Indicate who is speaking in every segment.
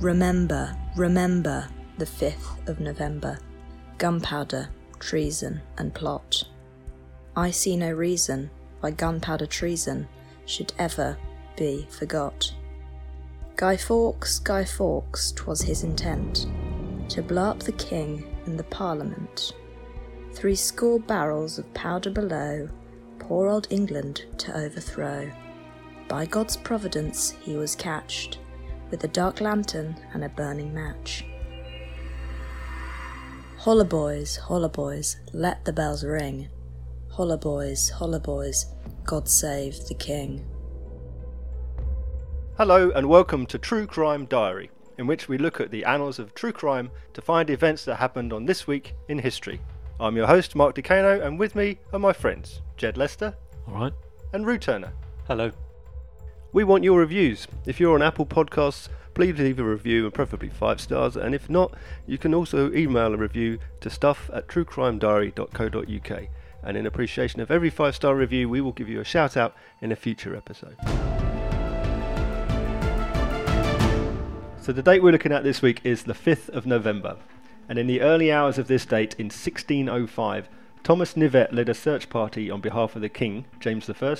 Speaker 1: Remember, remember the 5th of November. Gunpowder, treason, and plot. I see no reason why gunpowder treason should ever be forgot. Guy Fawkes, Guy Fawkes, 'twas his intent to blow up the King and the Parliament. Threescore barrels of powder below, poor old England to overthrow. By God's providence he was catched with a dark lantern and a burning match. Holla boys, holla boys, let the bells ring. Holla boys, holla boys, God save the King.
Speaker 2: Hello and welcome to True Crime Diary, in which we look at the annals of true crime to find events that happened on this week in history. I'm your host, Mark DeCano, and with me are my friends, Jed Lester
Speaker 3: All right.
Speaker 2: and Rue Turner.
Speaker 3: Hello.
Speaker 2: We want your reviews. If you're on Apple Podcasts, please leave a review and preferably five stars. And if not, you can also email a review to stuff at truecrimediary.co.uk. And in appreciation of every five star review, we will give you a shout out in a future episode. So, the date we're looking at this week is the 5th of November. And in the early hours of this date in 1605, Thomas Nivet led a search party on behalf of the King, James I,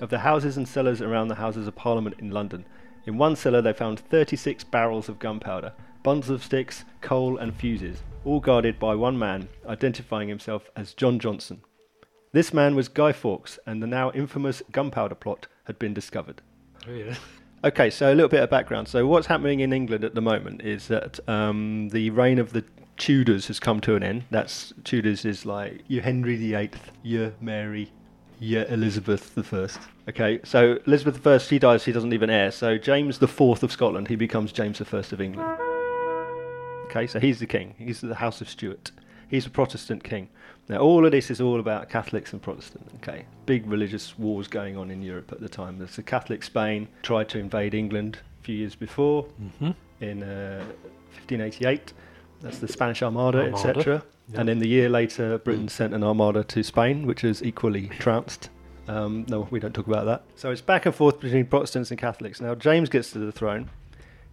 Speaker 2: of the houses and cellars around the Houses of Parliament in London. In one cellar, they found 36 barrels of gunpowder, bundles of sticks, coal, and fuses, all guarded by one man identifying himself as John Johnson. This man was Guy Fawkes, and the now infamous gunpowder plot had been discovered.
Speaker 4: Oh,
Speaker 2: Okay, so a little bit of background. So what's happening in England at the moment is that um, the reign of the Tudors has come to an end. That's Tudors is like your Henry VIII, your Mary, your Elizabeth I. Okay, so Elizabeth I, she dies, she doesn't leave an heir. So James IV of Scotland, he becomes James I of England. Okay, so he's the king. He's the House of Stuart. He's a Protestant king. Now, all of this is all about Catholics and Protestant. Okay, big religious wars going on in Europe at the time. There's the Catholic Spain tried to invade England a few years before
Speaker 3: Mm-hmm.
Speaker 2: in uh, 1588. That's the Spanish Armada,
Speaker 3: Armada,
Speaker 2: etc. And then the year later, Britain sent an armada to Spain, which was equally trounced. Um, no, we don't talk about that. So it's back and forth between Protestants and Catholics. Now, James gets to the throne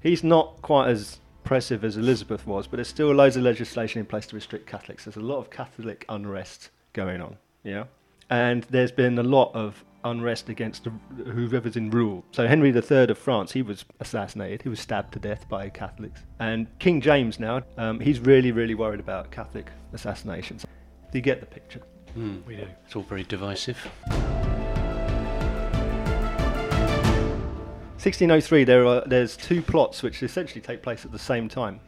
Speaker 2: he's not quite as oppressive as Elizabeth was, but there's still loads of legislation in place to restrict Catholics. There's a lot of Catholic unrest going on, yeah, and there's been a lot of unrest against the- whoever's in rule. So Henry III of France, he was assassinated, he was stabbed to death by Catholics, and King James now, um, he's really, really worried about Catholic assassinations. Do you get the picture?
Speaker 3: we do. It's all very divisive.
Speaker 2: 1603, there are there's two plots which essentially take place at the same time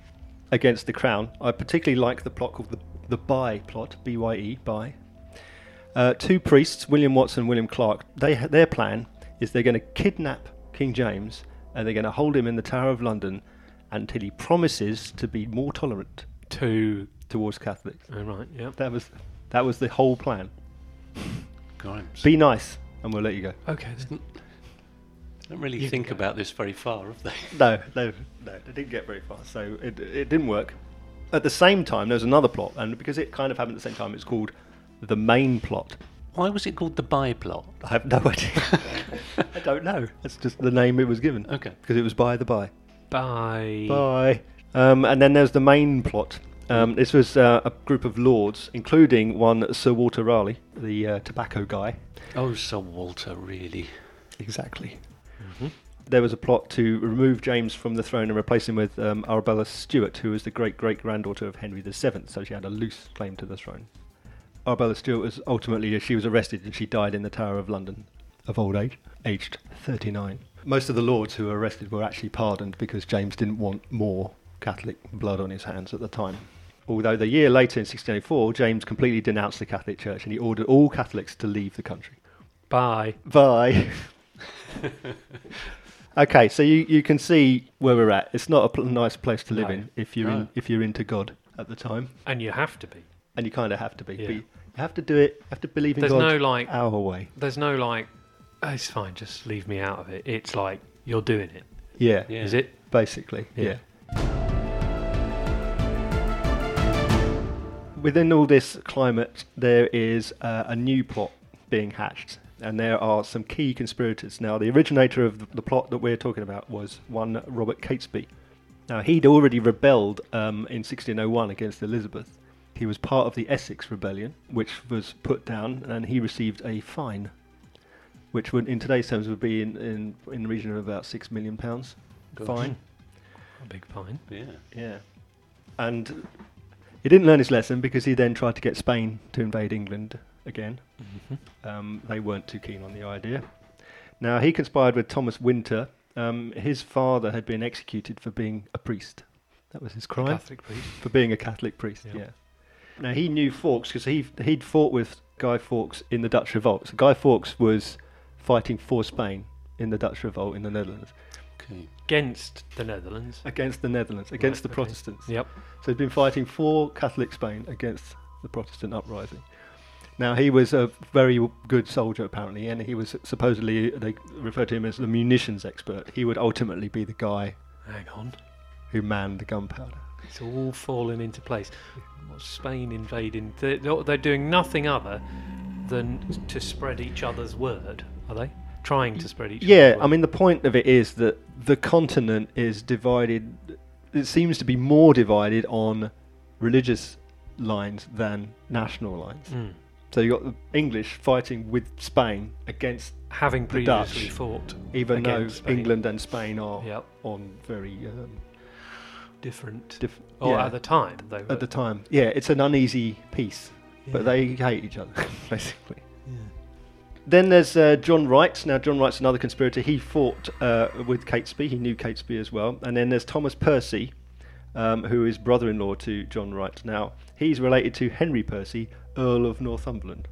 Speaker 2: against the crown. I particularly like the plot called the the Bye plot, B Y E, Bye. Uh, two priests, William Watson and William Clark. They ha- their plan is they're going to kidnap King James and they're going to hold him in the Tower of London until he promises to be more tolerant
Speaker 3: Two.
Speaker 2: towards Catholics.
Speaker 3: All right. Yep.
Speaker 2: That was that was the whole plan.
Speaker 3: Grimes.
Speaker 2: Be nice, and we'll let you go.
Speaker 3: okay. they Didn't, don't really think about this very far, have they?
Speaker 2: No, no, no. They didn't get very far, so it, it didn't work. At the same time, there was another plot, and because it kind of happened at the same time, it's called the main plot.
Speaker 3: Why was it called the by plot?
Speaker 2: I have no idea. I don't know. That's just the name it was given.
Speaker 3: Okay.
Speaker 2: Because it was by the by.
Speaker 3: By.
Speaker 2: Bye. Um, and then there's the main plot. Um, this was uh, a group of lords, including one Sir Walter Raleigh, the uh, tobacco guy.
Speaker 3: Oh, Sir Walter, really?
Speaker 2: Exactly. Mm-hmm. There was a plot to remove James from the throne and replace him with um, Arabella Stuart, who was the great great granddaughter of Henry VII, so she had a loose claim to the throne. Arabella Stuart was ultimately uh, she was arrested and she died in the Tower of London of old age, aged 39. Most of the lords who were arrested were actually pardoned because James didn't want more Catholic blood on his hands at the time. Although the year later in 1684, James completely denounced the Catholic Church and he ordered all Catholics to leave the country.
Speaker 3: By.
Speaker 2: Bye. okay, so you, you can see where we're at. It's not a pl- nice place to live
Speaker 3: No,
Speaker 2: in if you're in,
Speaker 3: no.
Speaker 2: if you're into God at the time,
Speaker 4: And you have to be.
Speaker 2: and you kind of have to be.
Speaker 4: Yeah.
Speaker 2: But you have to do it. You have to believe in
Speaker 4: There's
Speaker 2: God. Uh,
Speaker 4: no, like-
Speaker 2: our way.
Speaker 4: There's no like, "Oh, it's fine, just leave me out of it. It's like, you're doing it.
Speaker 2: Yeah,
Speaker 3: Yeah.
Speaker 4: Is it?
Speaker 2: basically. Yeah.
Speaker 4: Yeah.
Speaker 2: Within all this climate, there is uh, a new plot being hatched, and there are some key conspirators. Now, the originator of the, the plot that we're talking about was one Robert Catesby. Now, he'd already rebelled um, in 1601 against Elizabeth. He was part of the Essex Rebellion, which was put down, and he received a fine, which would, in today's terms would be in, in, in the region of about £6 million. pounds
Speaker 3: Gosh.
Speaker 2: Fine.
Speaker 4: A big fine.
Speaker 3: Yeah.
Speaker 2: Yeah. And he didn't learn his lesson because he then tried to get Spain to invade England again.
Speaker 3: Mm-hmm.
Speaker 2: Um, they weren't too keen on the idea. Now, he conspired with Thomas Winter. Um, his father had been executed for being a priest. That was his crime,
Speaker 4: Catholic priest.
Speaker 2: for being a Catholic priest, yeah.
Speaker 4: Yeah.
Speaker 2: Now, he knew Fawkes because he, he'd fought with Guy Fawkes in the Dutch Revolt. So, Guy Fawkes was fighting for Spain in the Dutch Revolt in the Netherlands
Speaker 3: Okay.
Speaker 4: Against the Netherlands.
Speaker 2: against the Netherlands, against the
Speaker 4: okay.
Speaker 2: Protestants.
Speaker 4: Yep.
Speaker 2: So he'd been fighting for Catholic Spain against the Protestant uprising. Now he was a very good soldier apparently, and he was supposedly they referred to him as the munitions expert. He would ultimately be the guy
Speaker 4: Hang on.
Speaker 2: who manned the gunpowder.
Speaker 4: It's all falling into place. What's Spain invading? They're, they're doing nothing other than to spread each other's word, are they? Trying to spread each
Speaker 2: Yeah,
Speaker 4: other's
Speaker 2: I
Speaker 4: word.
Speaker 2: mean the point of it is that the continent is divided. It seems to be more divided on religious lines than national lines.
Speaker 4: Mm.
Speaker 2: So you got the English fighting with Spain against
Speaker 4: Having
Speaker 2: The
Speaker 4: previously
Speaker 2: Dutch,
Speaker 4: fought.
Speaker 2: even though
Speaker 4: against Spain.
Speaker 2: England and Spain are
Speaker 4: Yep.
Speaker 2: on very um,
Speaker 4: Different.
Speaker 2: diff-
Speaker 4: or
Speaker 2: yeah,
Speaker 4: at the time, they were.
Speaker 2: at the time. Yeah, it's an uneasy piece, but
Speaker 4: Yeah.
Speaker 2: they hate each other basically. Then there's uh, John Wright. Now John Wright's another conspirator. He fought uh, with Catesby. He knew Catesby as well. And then there's Thomas Percy, um, who is brother-in-law to John Wright. Now he's related to Henry Percy, Earl of Northumberland.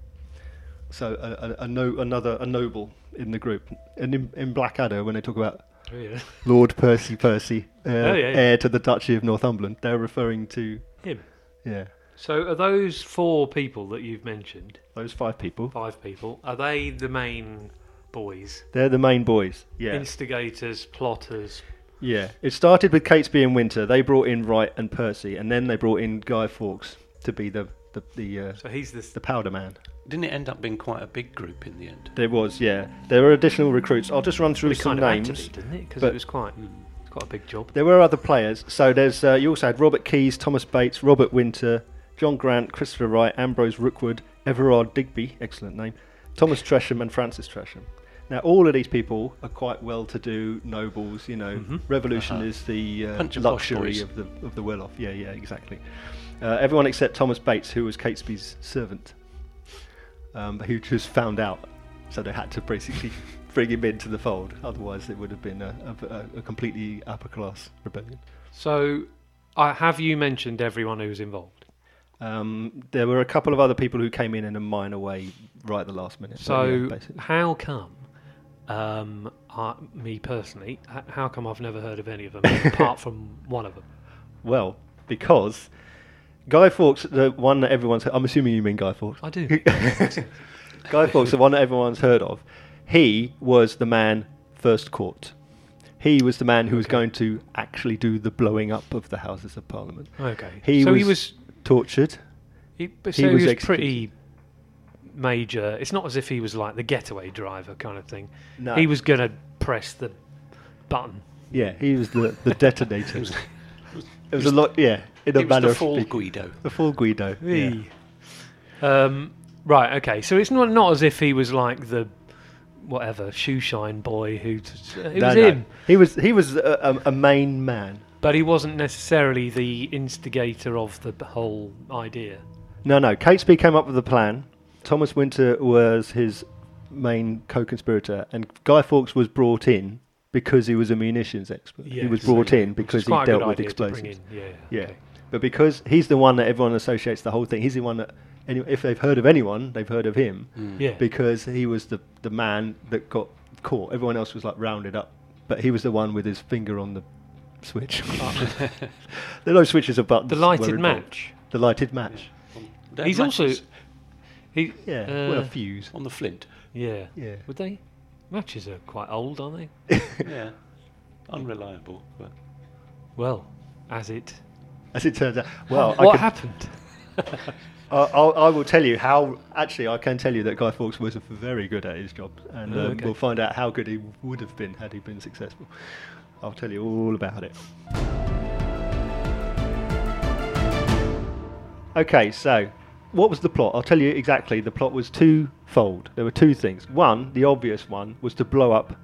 Speaker 2: So a, a, a no, another a noble in the group. And in, in Blackadder, when they talk about
Speaker 4: Oh, yeah.
Speaker 2: Lord Percy Percy, uh,
Speaker 4: Oh, yeah, yeah.
Speaker 2: heir to the Duchy of Northumberland. They're referring to
Speaker 4: Him.
Speaker 2: yeah
Speaker 4: So, are those four people that you've mentioned,
Speaker 2: those five people.
Speaker 4: five people, are they the main boys?
Speaker 2: They're the main boys. Yeah,
Speaker 4: Instigators, plotters.
Speaker 2: yeah. It started with Catesby and Winter. They brought in Wright and Percy, and then they brought in Guy Fawkes to be the the the, uh,
Speaker 4: So he's this.
Speaker 2: the powder man.
Speaker 3: Didn't it end up being quite a big group in the end?
Speaker 2: There was yeah. There were additional recruits. I'll just run through
Speaker 4: it
Speaker 2: some
Speaker 4: kind
Speaker 2: names.
Speaker 4: of had to be, didn't it? Because
Speaker 2: but-
Speaker 4: it was quite, it's quite a big job.
Speaker 2: There were other players. So there's uh, you also had Robert Keys, Thomas Bates, Robert Winter, John Grant, Christopher Wright, Ambrose Rookwood, Everard Digby, excellent name, Thomas Tresham, and Francis Tresham. Now all of these people are quite well-to-do nobles. You know, revolution
Speaker 3: Uh-huh.
Speaker 2: is the uh,
Speaker 3: Bunch of posh
Speaker 2: luxury
Speaker 3: boys.
Speaker 2: of the of the well-off. Yeah, yeah, exactly. Uh, everyone except Thomas Bates, who was Catesby's servant, um, who just found out, so they had to basically bring him into the fold. Otherwise, it would have been a, a, a completely upper class rebellion.
Speaker 4: So, I have you mentioned everyone who was involved?
Speaker 2: Um, there were a couple of other people who came in in a minor way right at the last minute.
Speaker 4: So,
Speaker 2: yeah, basically.
Speaker 4: how come, um, I, me personally, h- how come I've never heard of any of them apart from one of them?
Speaker 2: well, because Guy Fawkes, the one that everyone's, I'm assuming you mean Guy Fawkes.
Speaker 4: I do.
Speaker 2: Guy Fawkes, the one that everyone's heard of, he was the man first caught. He was the man who was
Speaker 4: Okay.
Speaker 2: going to actually do the blowing up of the Houses of Parliament.
Speaker 4: Okay.
Speaker 2: He
Speaker 4: so
Speaker 2: was,
Speaker 4: he was.
Speaker 2: tortured.
Speaker 4: He, but
Speaker 2: he
Speaker 4: so he
Speaker 2: was
Speaker 4: was,
Speaker 2: executed.
Speaker 4: pretty major. It's not as if he was like the getaway driver kind of thing.
Speaker 2: No.
Speaker 4: He was gonna press the button.
Speaker 2: Yeah, he was the, the detonator. it was a lot, yeah, in a
Speaker 3: It was
Speaker 2: manner
Speaker 3: the
Speaker 2: of
Speaker 3: fall
Speaker 2: speaking.
Speaker 3: Guido.
Speaker 2: The full Guido. Yeah.
Speaker 4: Um, right. Okay. So it's not not as if he was like the whatever shoeshine boy who. T- it
Speaker 2: No,
Speaker 4: was
Speaker 2: no.
Speaker 4: him,
Speaker 2: He was he was a, a, a main man.
Speaker 4: but he wasn't necessarily the instigator of the b- whole idea.
Speaker 2: No, no. Catesby came up with the plan. Thomas Winter was his main co-conspirator, and Guy Fawkes was brought in because he was a munitions expert. he was
Speaker 4: Yes.
Speaker 2: brought in
Speaker 4: Which is
Speaker 2: because he
Speaker 4: quite a
Speaker 2: dealt
Speaker 4: good
Speaker 2: with
Speaker 4: idea to bring
Speaker 2: explosives.
Speaker 4: in, Yeah.
Speaker 2: Yeah,
Speaker 4: okay.
Speaker 2: but because he's the one that everyone associates the whole thing. He's the one that, any, if they've heard of anyone, they've heard of him
Speaker 3: Hmm.
Speaker 4: Yeah.
Speaker 2: because he was the the man that got caught. Everyone else was like rounded up, but he was the one with his finger on the switch. there are no switches or buttons.
Speaker 4: the
Speaker 2: were
Speaker 4: lighted
Speaker 2: involved.
Speaker 4: match.
Speaker 2: The lighted match.
Speaker 3: They had
Speaker 4: He's also-
Speaker 3: matches
Speaker 4: He.
Speaker 2: Yeah,
Speaker 4: Uh,
Speaker 2: well, a fuse.
Speaker 3: on the flint.
Speaker 4: Yeah.
Speaker 2: Yeah.
Speaker 4: Would they? Matches are quite old, aren't they?
Speaker 3: yeah, unreliable. But
Speaker 4: Well, as it.
Speaker 2: As it turns out, well, I,
Speaker 4: what
Speaker 2: could-
Speaker 4: happened?
Speaker 2: I, I'll, I will tell you how. Actually, I can tell you that Guy Fawkes was very good at his job, and um,
Speaker 4: Oh, okay.
Speaker 2: we'll find out how good he would have been had he been successful. I'll tell you all about it. Okay, so what was the plot? I'll tell you exactly. The plot was twofold. There were two things. One, the obvious one, was to blow up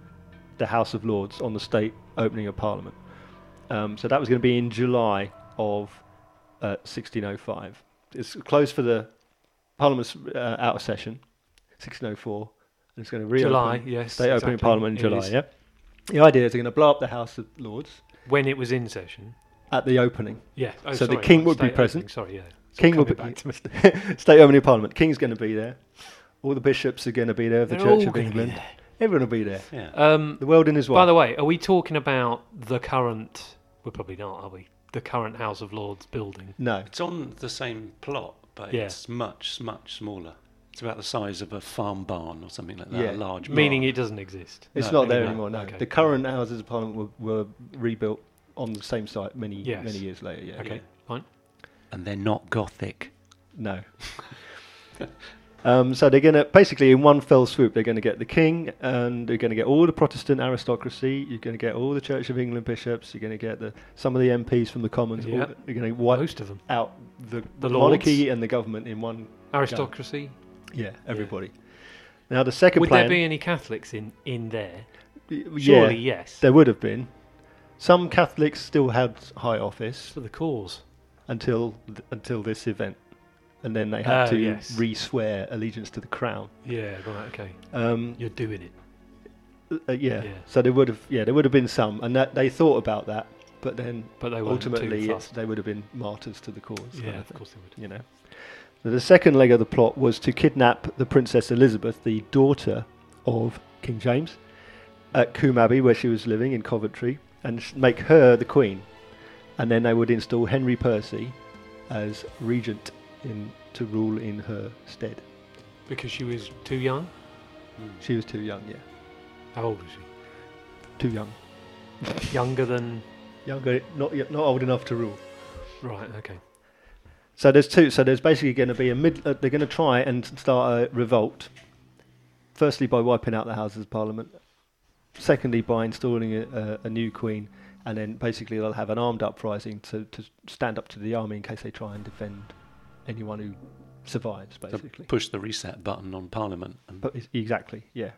Speaker 2: the House of Lords on the state opening of Parliament. Um, so that was going to be in July of uh, 1605. It's closed for the Parliament's uh, out of session, 1604, and it's going to reopen.
Speaker 4: July, yes,
Speaker 2: State opening
Speaker 4: exactly.
Speaker 2: Parliament in
Speaker 4: It
Speaker 2: July.
Speaker 4: is.
Speaker 2: Yeah. The idea is they're going to blow up the House of Lords
Speaker 4: When it was in session.
Speaker 2: at the opening.
Speaker 4: Yeah. Oh,
Speaker 2: So the
Speaker 4: sorry,
Speaker 2: king
Speaker 4: right,
Speaker 2: would be
Speaker 4: state
Speaker 2: present.
Speaker 4: opening, Sorry, yeah. It's
Speaker 2: King will
Speaker 4: coming
Speaker 2: be
Speaker 4: back to me.
Speaker 2: State opening of Parliament. King's going to be there. All the bishops are going to be there. of The
Speaker 4: They're all
Speaker 2: Church of
Speaker 4: gonna be
Speaker 2: England.
Speaker 4: there.
Speaker 2: Everyone will be there.
Speaker 3: Yeah.
Speaker 4: Um,
Speaker 2: The world in his
Speaker 4: by
Speaker 2: wife.
Speaker 4: the way, are we talking about the current? We're probably not, are we? The current House of Lords building.
Speaker 2: no.
Speaker 3: It's on the same plot, but
Speaker 4: Yeah.
Speaker 3: it's much, much smaller. It's about the size of a farm barn or something like that.
Speaker 2: Yeah.
Speaker 3: A large
Speaker 4: Meaning
Speaker 3: barn.
Speaker 4: it doesn't exist.
Speaker 2: It's
Speaker 3: No,
Speaker 2: not there
Speaker 3: no,
Speaker 2: anymore. No.
Speaker 4: okay.
Speaker 2: The current Houses of Parliament were, were rebuilt on the same site many
Speaker 4: Yes.
Speaker 2: many years later. Yeah.
Speaker 4: Okay, fine.
Speaker 3: and they're not gothic.
Speaker 2: No. um, so they're going to basically in one fell swoop they're going to get the king and they're going to get all the Protestant aristocracy. You're going to get all the Church of England bishops. You're going to get the some of the MPs from the Commons. all-
Speaker 4: Yep.
Speaker 2: You're going to wipe
Speaker 4: Most of them.
Speaker 2: out the,
Speaker 4: The
Speaker 2: monarchy and the government in one.
Speaker 4: Aristocracy.
Speaker 2: Yeah, everybody. Now the second
Speaker 4: Would
Speaker 2: plan.
Speaker 4: there be any Catholics in, in there?
Speaker 2: y-
Speaker 4: Surely,
Speaker 2: yeah,
Speaker 4: yes.
Speaker 2: there would have been. Some Catholics still had high office.
Speaker 4: For the cause.
Speaker 2: until th- until this event, and then they had
Speaker 4: Oh,
Speaker 2: to
Speaker 4: yes.
Speaker 2: re-swear allegiance to the crown.
Speaker 4: Yeah, right, okay.
Speaker 2: Um,
Speaker 4: You're doing it.
Speaker 2: uh, yeah.
Speaker 4: Yeah.
Speaker 2: so there would have yeah there would have been some, and that they thought about that, but then
Speaker 4: But they weren't too
Speaker 2: ultimately it's,
Speaker 4: fussed.
Speaker 2: they would have been martyrs to the cause. kind
Speaker 4: Yeah,
Speaker 2: of
Speaker 4: of
Speaker 2: thing,
Speaker 4: course they would.
Speaker 2: you know. So the second leg of the plot was to kidnap the Princess Elizabeth, the daughter of King James, at Coombe Abbey, where she was living in Coventry, and s- make her the queen. And then they would install Henry Percy as regent in, to rule in her stead.
Speaker 4: Because she was too young?
Speaker 2: She was too young, yeah.
Speaker 4: How old was she?
Speaker 2: Too young.
Speaker 4: Younger than.
Speaker 2: Younger, not, yet- not old enough to rule.
Speaker 4: Right, okay.
Speaker 2: So there's two. So there's basically going to be a mid. Uh, they're going to try and start a revolt. Firstly, by wiping out the Houses of Parliament. Secondly, by installing a, a, a new queen, and then basically they'll have an armed uprising to, to stand up to the army in case they try and defend anyone who survives.
Speaker 3: To
Speaker 2: Basically,
Speaker 3: push the reset button on Parliament. And
Speaker 2: but it's- exactly, yeah.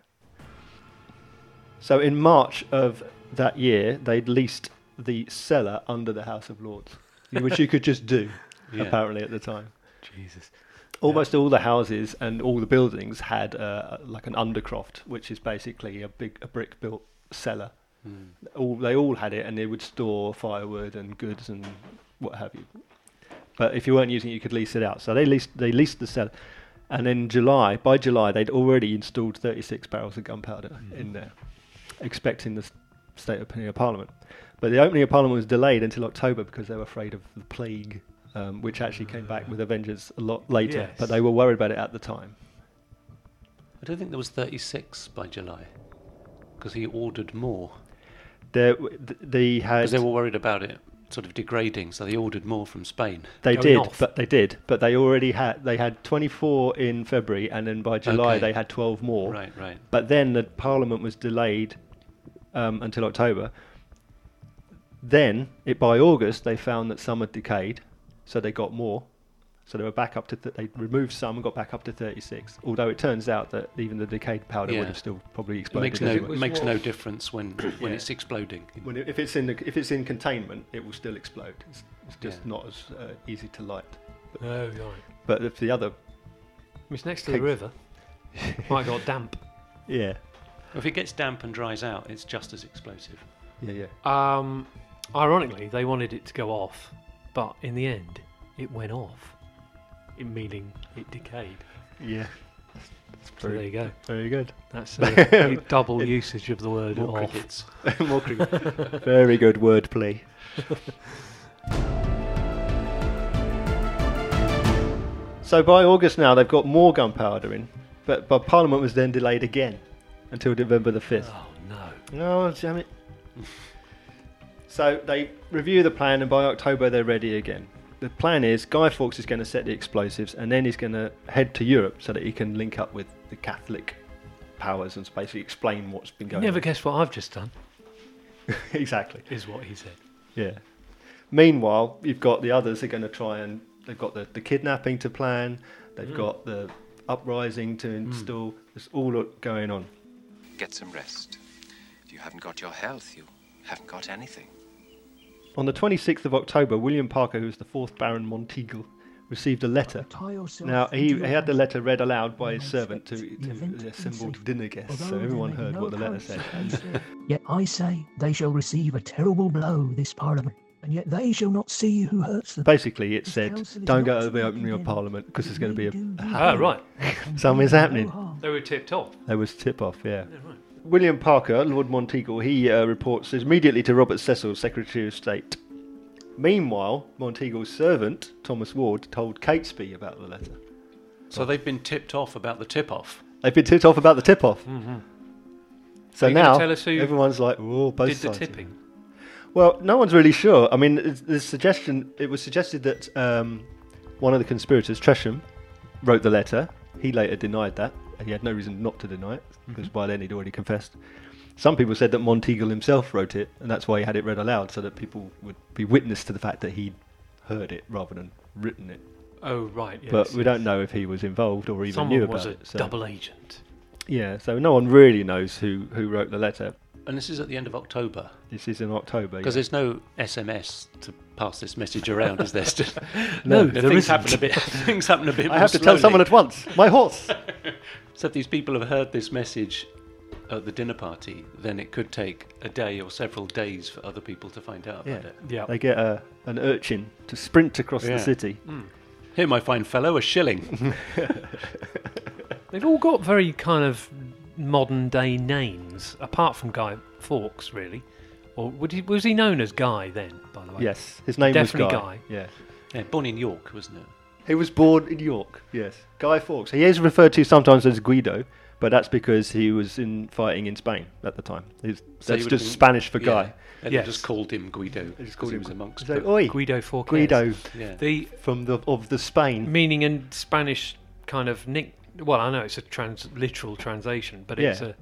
Speaker 2: So in March of that year, they'd leased the cellar under the House of Lords, which you could just do
Speaker 3: Yeah.
Speaker 2: apparently at the time.
Speaker 4: Jesus.
Speaker 2: Almost all the houses and all the buildings had uh, like an undercroft, which is basically a big a brick built cellar.
Speaker 3: Mm.
Speaker 2: All they all had it, and they would store firewood and goods and what have you. But if you weren't using it, you could lease it out. So they leased they leased the cellar, and in July by July they'd already installed 36 barrels of gunpowder
Speaker 3: Mm-hmm.
Speaker 2: in there, expecting the s- state opening of Parliament. But the opening of Parliament was delayed until October because they were afraid of the plague, um, which actually came back
Speaker 3: Mm.
Speaker 2: with a vengeance a lot later.
Speaker 4: Yes.
Speaker 2: But they were worried about it at the time.
Speaker 3: I don't think there was 36 by July because he ordered more.
Speaker 2: There, w- th- they had
Speaker 3: Because they were worried about it sort of degrading, so they ordered more from Spain.
Speaker 2: They
Speaker 4: going
Speaker 2: did,
Speaker 4: off.
Speaker 2: but they did, but they already had they had 24 in February, and then by July
Speaker 3: Okay.
Speaker 2: they had 12 more.
Speaker 3: Right, right.
Speaker 2: But then the Parliament was delayed um, until October. Then it by August they found that some had decayed, so they got more. So they were back up to th- they removed some and got back up to 36. Although it turns out that even the decayed powder
Speaker 3: Yeah.
Speaker 2: would have still probably
Speaker 3: It
Speaker 2: exploded.
Speaker 3: makes no
Speaker 4: it
Speaker 2: anyway.
Speaker 4: was
Speaker 3: makes
Speaker 4: what-
Speaker 3: no difference when when
Speaker 2: Yeah.
Speaker 3: it's exploding.
Speaker 2: When it- if it's in the, if it's in containment, it will still explode. It's, it's just
Speaker 3: Yeah.
Speaker 2: not as uh, easy to light.
Speaker 4: Oh, right.
Speaker 2: But if the other
Speaker 4: It's next to the
Speaker 2: Cake.
Speaker 4: river. Might have got damp.
Speaker 2: yeah
Speaker 3: If it gets damp and dries out, it's just as explosive.
Speaker 2: yeah yeah
Speaker 4: Um, ironically, they wanted it to go off, but in the end, it went off, it, meaning it decayed.
Speaker 2: Yeah.
Speaker 4: So there you go.
Speaker 2: Very good.
Speaker 4: That's a double usage of the word
Speaker 3: More
Speaker 4: off.
Speaker 3: crickets.
Speaker 2: More cricket. Very good wordplay. so by August now, they've got more gunpowder in, but, but Parliament was then delayed again until November the 5th.
Speaker 4: Oh no.
Speaker 2: No, damn it. so they review the plan, and by October they're ready again. The plan is Guy Fawkes is going to set the explosives, and then he's going to head to Europe so that he can link up with the Catholic powers and basically explain what's been
Speaker 4: You
Speaker 2: going
Speaker 4: never
Speaker 2: on.
Speaker 4: guess what I've just done,
Speaker 2: exactly.
Speaker 4: is what he said.
Speaker 2: Yeah. Meanwhile, you've got the others are going to try and they've got the, the kidnapping to plan, they've got the uprising to install. There's all a lot going on.
Speaker 5: Get some rest. If you haven't got your health, you haven't got anything.
Speaker 2: On the 26th of October, William Parker, who was the fourth Baron Monteagle, received a letter. Now, he, he had the letter read aloud by his servant to, to the assembled dinner guests, so everyone heard what the letter said.
Speaker 6: Yet I say they shall receive a terrible blow this Parliament, and yet they shall not see who hurts them.
Speaker 2: Basically, it
Speaker 6: This
Speaker 2: said,
Speaker 6: council is
Speaker 2: don't
Speaker 6: not
Speaker 2: go to
Speaker 6: to
Speaker 2: the
Speaker 6: be
Speaker 2: opening of
Speaker 6: condemned.
Speaker 2: Parliament because there's going to be a, a
Speaker 4: Ah,
Speaker 2: happening.
Speaker 4: right.
Speaker 2: Something's happening.
Speaker 6: No harm.
Speaker 4: They were tipped off.
Speaker 2: There was tip off, yeah. William Parker, Lord Monteagle, he uh, reports immediately to Robert Cecil, Secretary of State. Meanwhile, Monteagle's servant, Thomas Ward, told Catesby about the letter.
Speaker 3: So they've been tipped off about the tip off.
Speaker 2: They've been tipped off about the tip off. So
Speaker 4: Mm-hmm. Are you gonna
Speaker 2: now
Speaker 4: tell us who
Speaker 2: everyone's like, "Oh, both
Speaker 4: Did the
Speaker 2: sides."
Speaker 4: tipping.
Speaker 2: Well, no one's really sure. I mean, it's- the suggestion it was suggested that um, one of the conspirators, Tresham, wrote the letter. He later denied that. He had no reason not to deny it because
Speaker 4: Mm-hmm.
Speaker 2: by then he'd already confessed. Some people said that Monteagle himself wrote it, and that's why he had it read aloud so that people would be witness to the fact that he'd heard it rather than written it.
Speaker 4: Oh, right. Yes.
Speaker 2: but we don't know if he was involved or even
Speaker 4: Someone
Speaker 2: knew about
Speaker 4: was a
Speaker 2: it. so-
Speaker 4: double agent.
Speaker 2: Yeah, so no one really knows who, who wrote the letter.
Speaker 3: And this is at the end of October.
Speaker 2: This is in October.
Speaker 3: Because
Speaker 2: yeah.
Speaker 3: there's no SMS to pass this message around, is there? Still?
Speaker 2: No,
Speaker 3: The
Speaker 2: there
Speaker 3: things happen a
Speaker 2: isn't.
Speaker 3: bit. Things happen a bit.
Speaker 2: I have to tell someone at once. My horse.
Speaker 3: So if these people have heard this message at the dinner party, then it could take a day or several days for other people to find out about it.
Speaker 4: Yeah.
Speaker 2: They get a, an urchin to sprint across
Speaker 3: Yeah.
Speaker 2: the city.
Speaker 3: Here, my fine fellow,
Speaker 2: Mm-hmm.
Speaker 3: a shilling.
Speaker 4: They've all got very kind of modern day names, apart from Guy Fawkes, really. Or would he, was he known as Guy then, by the way?
Speaker 2: Yes, his name was
Speaker 4: Definitely
Speaker 2: Guy.
Speaker 4: Guy.
Speaker 2: Yeah,
Speaker 3: yeah, born in York, wasn't it?
Speaker 2: he was born in York. Yes, Guy Fawkes. He is referred to sometimes as Guido, but that's because he was in fighting in Spain at the time. He's,
Speaker 3: So
Speaker 2: that's
Speaker 3: he
Speaker 2: just
Speaker 3: would have been-
Speaker 2: Spanish for
Speaker 3: yeah.
Speaker 2: Guy.
Speaker 3: And
Speaker 4: Yes.
Speaker 3: they just called him
Speaker 2: They
Speaker 3: Guido.
Speaker 2: just
Speaker 3: because
Speaker 2: called
Speaker 3: he
Speaker 2: him
Speaker 3: was a
Speaker 2: Guy.
Speaker 3: monk.
Speaker 2: So, oi, Guido,
Speaker 4: Guido Fawkes.
Speaker 3: yeah.
Speaker 4: The
Speaker 2: from the of the Spain.
Speaker 4: meaning in Spanish kind of nick. Well, I know it's a trans literal translation, but it's
Speaker 2: Yeah.
Speaker 4: a.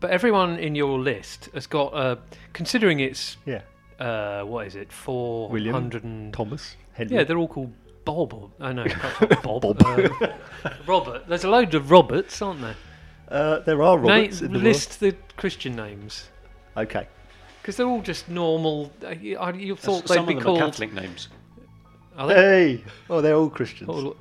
Speaker 4: But everyone in your list has got a. Considering it's
Speaker 2: Yeah,
Speaker 4: uh, what is it, four
Speaker 2: William,
Speaker 4: hundred and
Speaker 2: Thomas Henry.
Speaker 4: yeah, they're all called Bob. Or, I know perhaps not Bob. uh, Robert. There's a load of Roberts, aren't there?
Speaker 2: uh, there are Roberts
Speaker 4: Na-
Speaker 2: in the world.
Speaker 4: list the Christian names
Speaker 2: Okay,
Speaker 4: because they're all just normal. uh, You I- you thought
Speaker 3: Some
Speaker 4: they'd be
Speaker 3: of them
Speaker 4: called.
Speaker 3: are Catholic names.
Speaker 4: Are they?
Speaker 2: hey, oh, they're all Christians.
Speaker 4: Oh,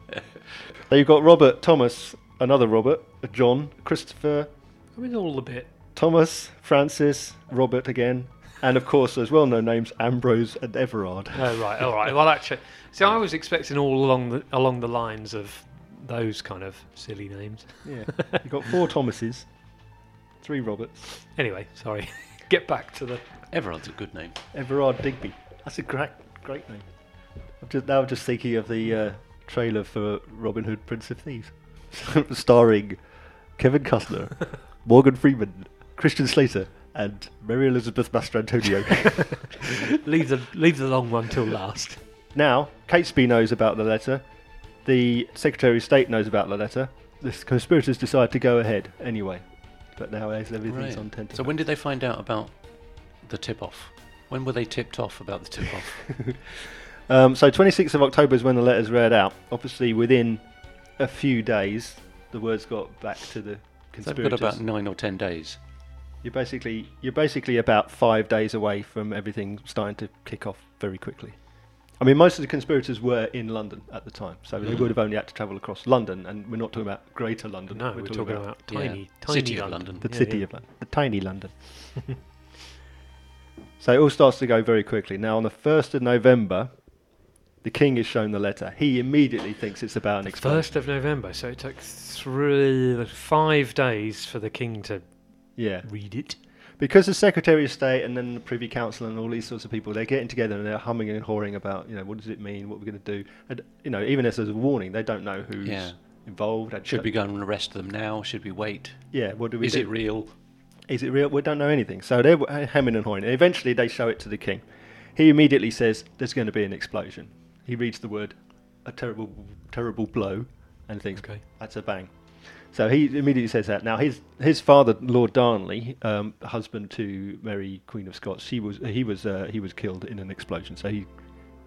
Speaker 2: So you've got Robert, Thomas, another Robert, John, Christopher,
Speaker 4: I mean, all a bit.
Speaker 2: Thomas, Francis, Robert again, and of course those well-known names Ambrose and Everard.
Speaker 4: Oh right, all right. Well, actually, see, I was expecting all along the along the lines of those kind of silly names.
Speaker 2: Yeah, you've got four Thomases, three Roberts,
Speaker 4: Anyway, sorry. Get back to the.
Speaker 3: Everard's a good name.
Speaker 2: Everard Digby. That's a great, great name. I'm just, now I'm just thinking of the uh, trailer for Robin Hood, Prince of Thieves, starring Kevin Costner, Morgan Freeman, Christian Slater, and Mary Elizabeth Mastrantonio.
Speaker 4: Leave the leave the long one till last.
Speaker 2: Now, Catesby knows about the letter. The Secretary of State knows about the letter. The conspirators decide to go ahead anyway. But now everything's
Speaker 3: Right.
Speaker 2: on tenterhooks.
Speaker 3: So when did they find out about the tip off? When were they tipped off about the tip off?
Speaker 2: Um, so 26th of October is when the letter's read out. Obviously, within a few days, the words got back to the
Speaker 3: They've got
Speaker 2: conspirators.
Speaker 3: about nine or ten days.
Speaker 2: You're basically you're basically about five days away from everything starting to kick off very quickly. I mean, most of the conspirators were in London at the time, so
Speaker 3: Mm.
Speaker 2: they would have only had to travel across London, and we're not talking about Greater London.
Speaker 4: No, we're, talking about, tiny,
Speaker 3: Yeah.
Speaker 4: tiny
Speaker 3: City of
Speaker 4: London.
Speaker 2: the
Speaker 4: Yeah,
Speaker 2: city
Speaker 4: yeah.
Speaker 2: of London, the tiny London. so it all starts to go very quickly. Now, on the 1st of November, the king is shown the letter. He immediately thinks it's about an explosion.
Speaker 4: First of November, so it took three, five days for the king to
Speaker 2: Yeah.
Speaker 4: read it.
Speaker 2: Because the Secretary of State and then the Privy Council and all these sorts of people, they're getting together and they're humming and hawing about, you know, what does it mean, what we're going to do. And, you know, even as there's a warning, they don't know who's
Speaker 3: Yeah.
Speaker 2: involved. and
Speaker 3: Should we go and arrest them now? Should we wait?
Speaker 2: Yeah, what do we
Speaker 3: Is
Speaker 2: do?
Speaker 3: it real?
Speaker 2: Is it real? We don't know anything. So they're w- hemming and hawing. Eventually, they show it to the king. He immediately says, "There's going to be an explosion." He reads the word, "a terrible, terrible blow," and thinks,
Speaker 4: Okay.
Speaker 2: "That's a bang." So he immediately says that. Now his his father, Lord Darnley, um, husband to Mary, Queen of Scots, she was he was uh, he was killed in an explosion. So he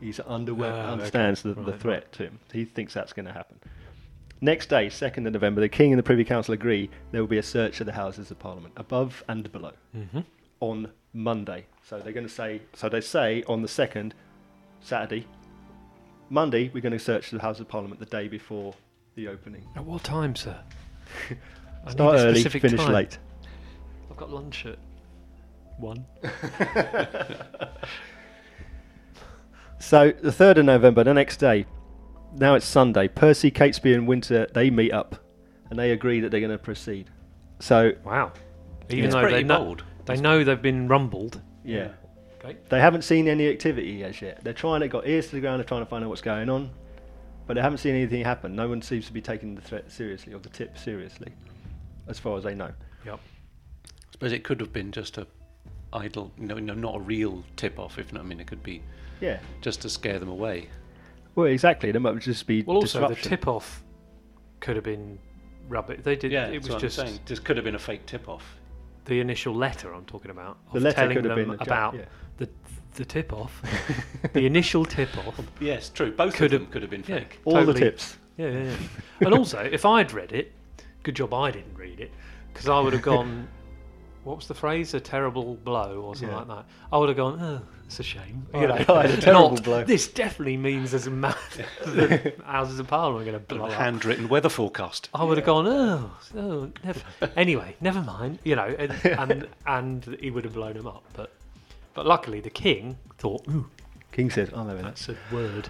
Speaker 2: He's underwe-
Speaker 4: Ah,
Speaker 2: understands the,
Speaker 4: okay. Right,
Speaker 2: the
Speaker 4: right.
Speaker 2: threat to him. He thinks that's going to happen. Next day, 2nd of November, the King and the Privy Council agree there will be a search of the Houses of Parliament, above and below,
Speaker 4: Mm-hmm.
Speaker 2: on Monday. So they're going to say, so they say on the 2nd, Saturday, Monday, we're going to search the House of Parliament the day before the opening.
Speaker 4: At what time, sir? I need
Speaker 2: Start
Speaker 4: a
Speaker 2: early,
Speaker 4: specific
Speaker 2: finish
Speaker 4: time.
Speaker 2: late.
Speaker 4: I've got lunch at one.
Speaker 2: So the third of November, the next day. Now it's Sunday. Percy, Catesby, and Winter they meet up, and they agree that they're going to proceed. So
Speaker 4: Wow. Even
Speaker 2: It's
Speaker 4: though
Speaker 3: pretty
Speaker 4: they know,
Speaker 3: bold.
Speaker 4: they know they've been rumbled.
Speaker 2: yeah,
Speaker 4: Okay.
Speaker 2: they haven't seen any activity as yet. They're trying. They got ears to the ground. They're trying to find out what's going on, but they haven't seen anything happen. No one seems to be taking the threat seriously or the tip seriously, as far as they know.
Speaker 4: Yep.
Speaker 3: I suppose it could have been just a idle, no, no, not a real tip off. If not, I mean, it could be
Speaker 2: Yeah.
Speaker 3: just to scare them away.
Speaker 2: Well, exactly. There might just be
Speaker 4: Well, also
Speaker 2: disruption.
Speaker 4: the tip-off could have been rubbish. They did.
Speaker 3: Yeah,
Speaker 4: it
Speaker 3: that's
Speaker 4: was
Speaker 3: what
Speaker 4: just
Speaker 3: I'm saying. Just could have been a fake tip off.
Speaker 4: the initial letter I'm talking about. Of
Speaker 2: The letter
Speaker 4: telling
Speaker 2: could have
Speaker 4: them
Speaker 2: been a joke,
Speaker 4: about
Speaker 2: yeah.
Speaker 4: the the tip-off. the initial tip-off.
Speaker 3: Yes, true. Both
Speaker 4: Could
Speaker 3: of
Speaker 4: have-
Speaker 3: them could have been
Speaker 4: Yeah,
Speaker 3: fake.
Speaker 2: All
Speaker 4: totally-
Speaker 2: the tips.
Speaker 4: Yeah, yeah. yeah. and also, if I'd read it, good job I didn't read it, because I would have gone. What was the phrase? A terrible blow or something
Speaker 2: Yeah.
Speaker 4: like that. I would have gone. Oh, it's a shame. You
Speaker 2: Oh, God, a terrible
Speaker 4: not,
Speaker 2: blow.
Speaker 4: This definitely means there's a ma- the Houses of Parliament are going to blow up.
Speaker 3: Handwritten weather forecast.
Speaker 4: I would have gone, oh, oh never. anyway, never mind, you know, and, and and he would have blown him up. But but luckily, the king thought, ooh,
Speaker 2: King says, "Oh, "I'm having that."
Speaker 4: that's a word.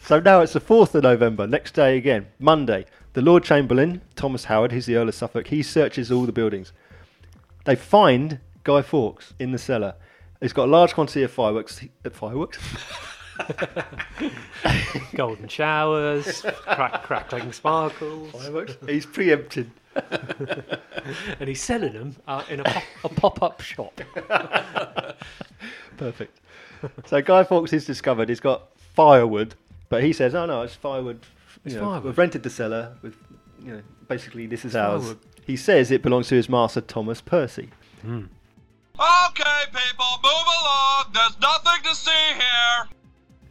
Speaker 2: So now it's the 4th of November, next day again, Monday. The Lord Chamberlain, Thomas Howard, he's the Earl of Suffolk, he searches all the buildings. They find Guy Fawkes in the cellar. He's got a large quantity of fireworks. he- uh, Fireworks?
Speaker 4: Golden showers, crack, crackling sparkles,
Speaker 2: Fireworks? he's preempted.
Speaker 4: and he's selling them uh, in a, pop, a pop-up shop.
Speaker 2: Perfect. So Guy Fawkes is discovered. He's got firewood, but he says, "Oh no, it's firewood. you
Speaker 4: It's
Speaker 2: know,
Speaker 4: firewood.
Speaker 2: We've rented the cellar. With you know, basically this is ours."
Speaker 4: firewood.
Speaker 2: He says it belongs to his master Thomas Percy.
Speaker 7: Okay, people, move along. There's nothing to see here.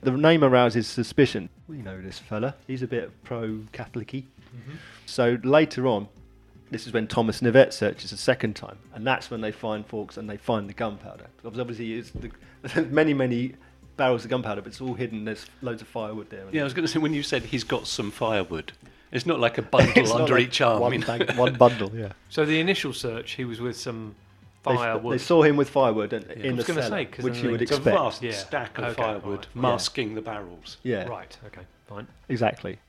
Speaker 2: The name arouses suspicion. We know this fella. He's a bit pro-Catholic.
Speaker 3: Mm-hmm.
Speaker 2: So later on, this is when Thomas Nivette searches a second time, and that's when they find Fawkes and they find the gunpowder. Because Obviously, it's the, many, many barrels of gunpowder, but it's all hidden. There's loads of firewood there.
Speaker 3: Yeah, I was going to say when you said he's got some firewood, it's not like a bundle
Speaker 2: not
Speaker 3: under
Speaker 2: like
Speaker 3: each arm.
Speaker 2: One,
Speaker 3: you know?
Speaker 2: bag- one bundle. Yeah.
Speaker 4: So the initial search, he was with some
Speaker 2: They-
Speaker 4: firewood.
Speaker 2: They, saw him with firewood and, in
Speaker 4: I
Speaker 2: the
Speaker 4: was gonna
Speaker 2: cellar,
Speaker 4: say, 'cause
Speaker 2: which
Speaker 4: then
Speaker 2: you would
Speaker 4: they-
Speaker 3: uh, It's a
Speaker 2: expect.
Speaker 3: vast
Speaker 4: Yeah.
Speaker 3: stack of
Speaker 4: Okay,
Speaker 3: firewood
Speaker 4: alright.
Speaker 3: masking the barrels.
Speaker 2: Yeah.
Speaker 4: Right. Okay. Fine.
Speaker 2: Exactly.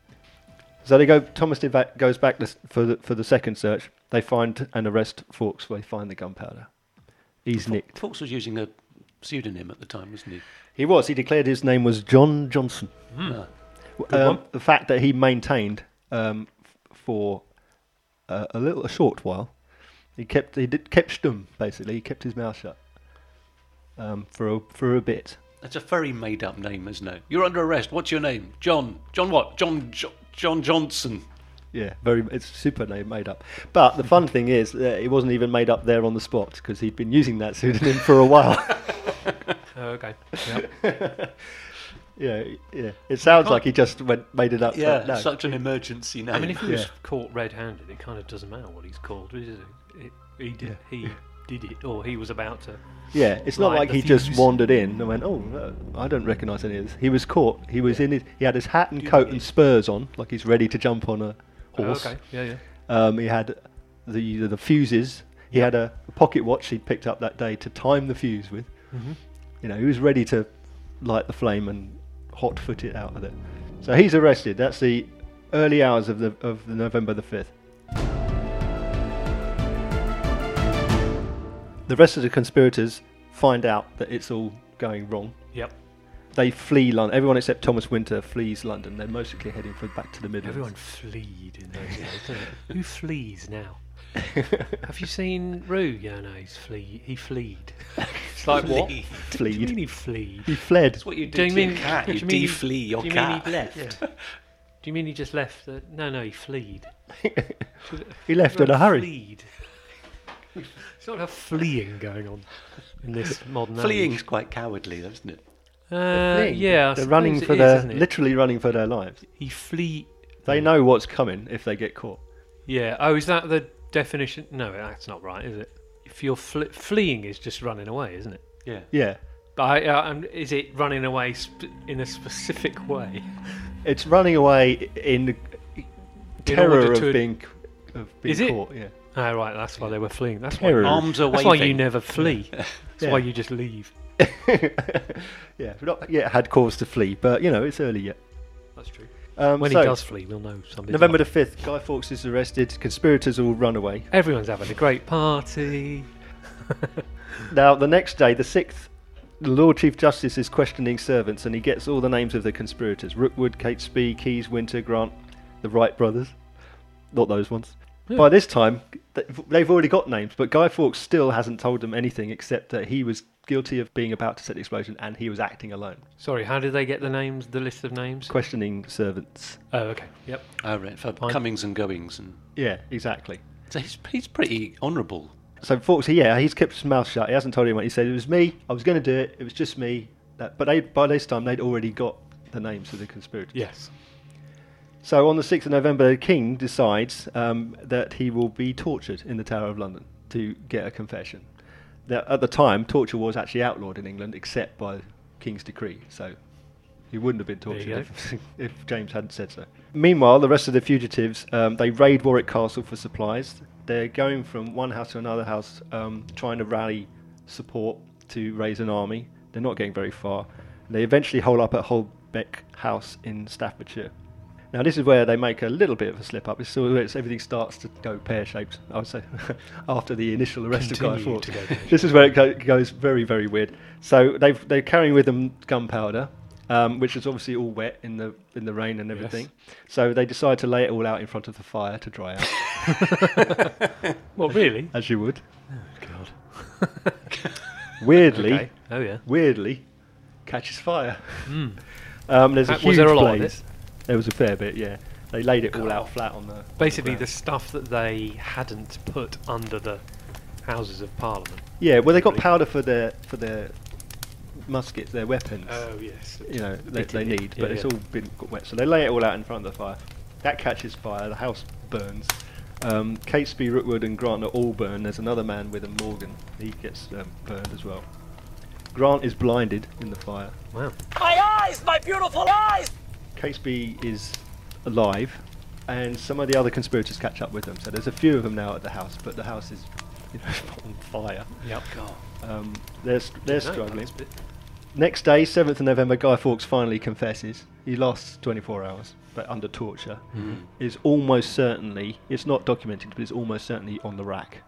Speaker 2: So they go. Thomas Divac goes back this- for the, for the second search. They find and arrest Fawkes. They find the gunpowder. He's nicked.
Speaker 3: Fawkes was using a pseudonym at the time, wasn't he?
Speaker 2: He was. He declared his name was John Johnson.
Speaker 3: Ah.
Speaker 4: Good
Speaker 2: Hmm. Um,
Speaker 4: one.
Speaker 2: the fact that he maintained um, f- for uh, a little, a short while, he kept he did, kept stum basically. He kept his mouth shut um, for a, for a bit.
Speaker 3: That's a very made-up name, isn't it? You're under arrest. What's your name? John. John what? John. Jo- John Johnson.
Speaker 2: Yeah, very. It's super name made up. But the fun thing is, that it wasn't even made up there on the spot because he'd been using that pseudonym for a while.
Speaker 4: Oh, okay. Yep.
Speaker 2: yeah, yeah. It sounds like he just went made it up. but
Speaker 3: Yeah,
Speaker 2: no.
Speaker 3: Uh, such an emergency name.
Speaker 4: I mean, if he was
Speaker 2: Yeah.
Speaker 4: caught red-handed, it kind of doesn't matter what he's called, does it? it he did. He did it, or he was about to.
Speaker 2: yeah. It's not
Speaker 4: Like
Speaker 2: like
Speaker 4: the
Speaker 2: he just
Speaker 4: fuse.
Speaker 2: wandered in and went, "Oh, no, I don't recognise any of this." He was caught. He was in. His, he had his hat and coat and spurs on, like he's ready to jump on a
Speaker 4: Oh,
Speaker 2: horse.
Speaker 4: okay. Yeah, yeah.
Speaker 2: Um, he had the the, fuses. He had a pocket watch he'd picked up that day to time the fuse with.
Speaker 4: Mm-hmm.
Speaker 2: You know, he was ready to light the flame and hot foot it out of there. So he's arrested. That's the early hours of the of the November the fifth. The rest of the conspirators find out that it's all going wrong.
Speaker 4: Yep.
Speaker 2: They flee London. Everyone except Thomas Winter flees London. They're mostly heading for back to the Midlands.
Speaker 4: Everyone fleed in those days. didn't they? Who flees now? Have you seen Rue Yarnay's flee? He fleed. It's like what? What
Speaker 3: Fleed.
Speaker 4: do you
Speaker 2: Fleed.
Speaker 4: mean he fleed?
Speaker 2: He fled.
Speaker 3: That's what you do,
Speaker 4: Do you
Speaker 3: to
Speaker 4: mean-
Speaker 3: your cat.
Speaker 4: do
Speaker 3: You,
Speaker 4: you mean-
Speaker 3: deflee your
Speaker 4: do you mean
Speaker 3: cat.
Speaker 4: he left? Do you mean he just left? The... No, no, he fleed.
Speaker 2: He left in a hurry.
Speaker 4: Fleed. It's not a fleeing going on in this modern age.
Speaker 3: Fleeing's quite cowardly, though, isn't it?
Speaker 4: Uh,
Speaker 2: thing.
Speaker 4: yeah,
Speaker 2: they're
Speaker 4: I suppose
Speaker 2: running
Speaker 4: it
Speaker 2: for
Speaker 4: is,
Speaker 2: their
Speaker 4: isn't it? Hmm.
Speaker 2: literally running for their lives.
Speaker 4: He flee.
Speaker 2: They know what's coming if they get caught.
Speaker 4: Yeah. Oh, is that the definition? No, that's not right, is it? If you're fle- fleeing, is just running away, isn't it?
Speaker 3: Yeah.
Speaker 2: Yeah,
Speaker 4: But I, uh, um, is it running away sp- in a specific way?
Speaker 2: it's running away in the terror
Speaker 4: order
Speaker 2: of
Speaker 4: to-
Speaker 2: being of being
Speaker 4: Is it?
Speaker 2: caught. Yeah,
Speaker 4: Ah, right. That's why they were fleeing. That's
Speaker 2: Terror.
Speaker 4: why.
Speaker 3: Arms away.
Speaker 4: That's why you
Speaker 3: thing.
Speaker 4: never flee. That's
Speaker 2: Yeah.
Speaker 4: why you just leave.
Speaker 2: yeah, we've not yet had cause to flee, but you know it's early yet.
Speaker 4: That's true.
Speaker 2: Um,
Speaker 4: When
Speaker 2: so,
Speaker 4: he does flee, we'll know something.
Speaker 2: November the fifth, Guy Fawkes is arrested. Conspirators all run away.
Speaker 4: Everyone's having a great party.
Speaker 2: Now, the next day, the 6th, the Lord Chief Justice is questioning servants and he gets all the names of the conspirators Rookwood, Kate Spee, Keyes, Winter, Grant, the Wright brothers. Not those ones. By this time, th- they've already got names, but Guy Fawkes still hasn't told them anything except that he was guilty of being about to set the explosion and he was acting alone.
Speaker 4: Sorry, how did they get the names? The list of names?
Speaker 2: Questioning servants.
Speaker 4: Oh, okay. Yep.
Speaker 3: Oh, right. For comings and goings. and
Speaker 2: Yeah, exactly.
Speaker 3: so he's, he's pretty honourable.
Speaker 2: So Fawkes, yeah, he's kept his mouth shut. He hasn't told anyone. He said it was me. I was going to do it. It was just me. That, but they, by this time, they'd already got the names of the conspirators.
Speaker 4: Yes.
Speaker 2: So on the 6th of November, the King decides um, that he will be tortured in the Tower of London to get a confession. Now, at the time, torture was actually outlawed in England except by King's decree, so he wouldn't have been
Speaker 4: There you
Speaker 2: tortured if, if James hadn't said so. Meanwhile, the rest of the fugitives, um, they raid Warwick Castle for supplies. They're going from one house to another house, um, trying to rally support to raise an army. They're not getting very far. They eventually hole up at Holbeck House in Staffordshire. Now this is where they make a little bit of a slip up. It's sort of where it's, everything starts to go pear shaped. I would say after the initial arrest of Guy
Speaker 4: Continue
Speaker 2: Fawkes,
Speaker 4: to go pear-shaped.
Speaker 2: this is where it go, goes very very weird. So they've, they're carrying with them gunpowder, um, which is obviously all wet in the in the rain and everything. So they decide to lay it all out in front of the fire to dry out,
Speaker 4: Well, really?
Speaker 2: as you would.
Speaker 4: God.
Speaker 2: Weirdly,
Speaker 4: Oh, yeah.
Speaker 2: weirdly, catches fire. Um, there's a
Speaker 4: Uh, Hmm. was
Speaker 2: huge
Speaker 4: there a lot of
Speaker 2: blaze. There was a fair bit, yeah. They laid it all out flat on the.
Speaker 4: Basically,
Speaker 2: on the
Speaker 4: the
Speaker 2: ground.
Speaker 4: stuff that they hadn't put under the Houses of Parliament.
Speaker 2: yeah. Well, they got powder for their for their muskets, their weapons.
Speaker 4: yes.
Speaker 2: you know they,
Speaker 4: Bit
Speaker 2: they
Speaker 4: in it.
Speaker 2: need, but
Speaker 4: Oh. Yeah,
Speaker 2: it's
Speaker 4: yeah.
Speaker 2: all been got wet. So they lay it all out in front of the fire. That catches fire. The house burns. Um, Catesby, Rookwood, and Grant are all burned. There's another man with them, Morgan. He gets um, burned as well. Grant is blinded in the fire.
Speaker 4: Wow.
Speaker 2: Catesby is alive, and some of the other conspirators catch up with them. So there's a few of them now at the house, but the house is you know, on fire.
Speaker 4: Yep. God.
Speaker 2: Um, they're s- they're
Speaker 4: No,
Speaker 2: struggling.
Speaker 4: that's a bit-
Speaker 2: Next day, 7th of November, Guy Fawkes finally confesses. He lasts 24 hours, but under torture. Is almost certainly, it's not documented, but it's almost certainly on the rack.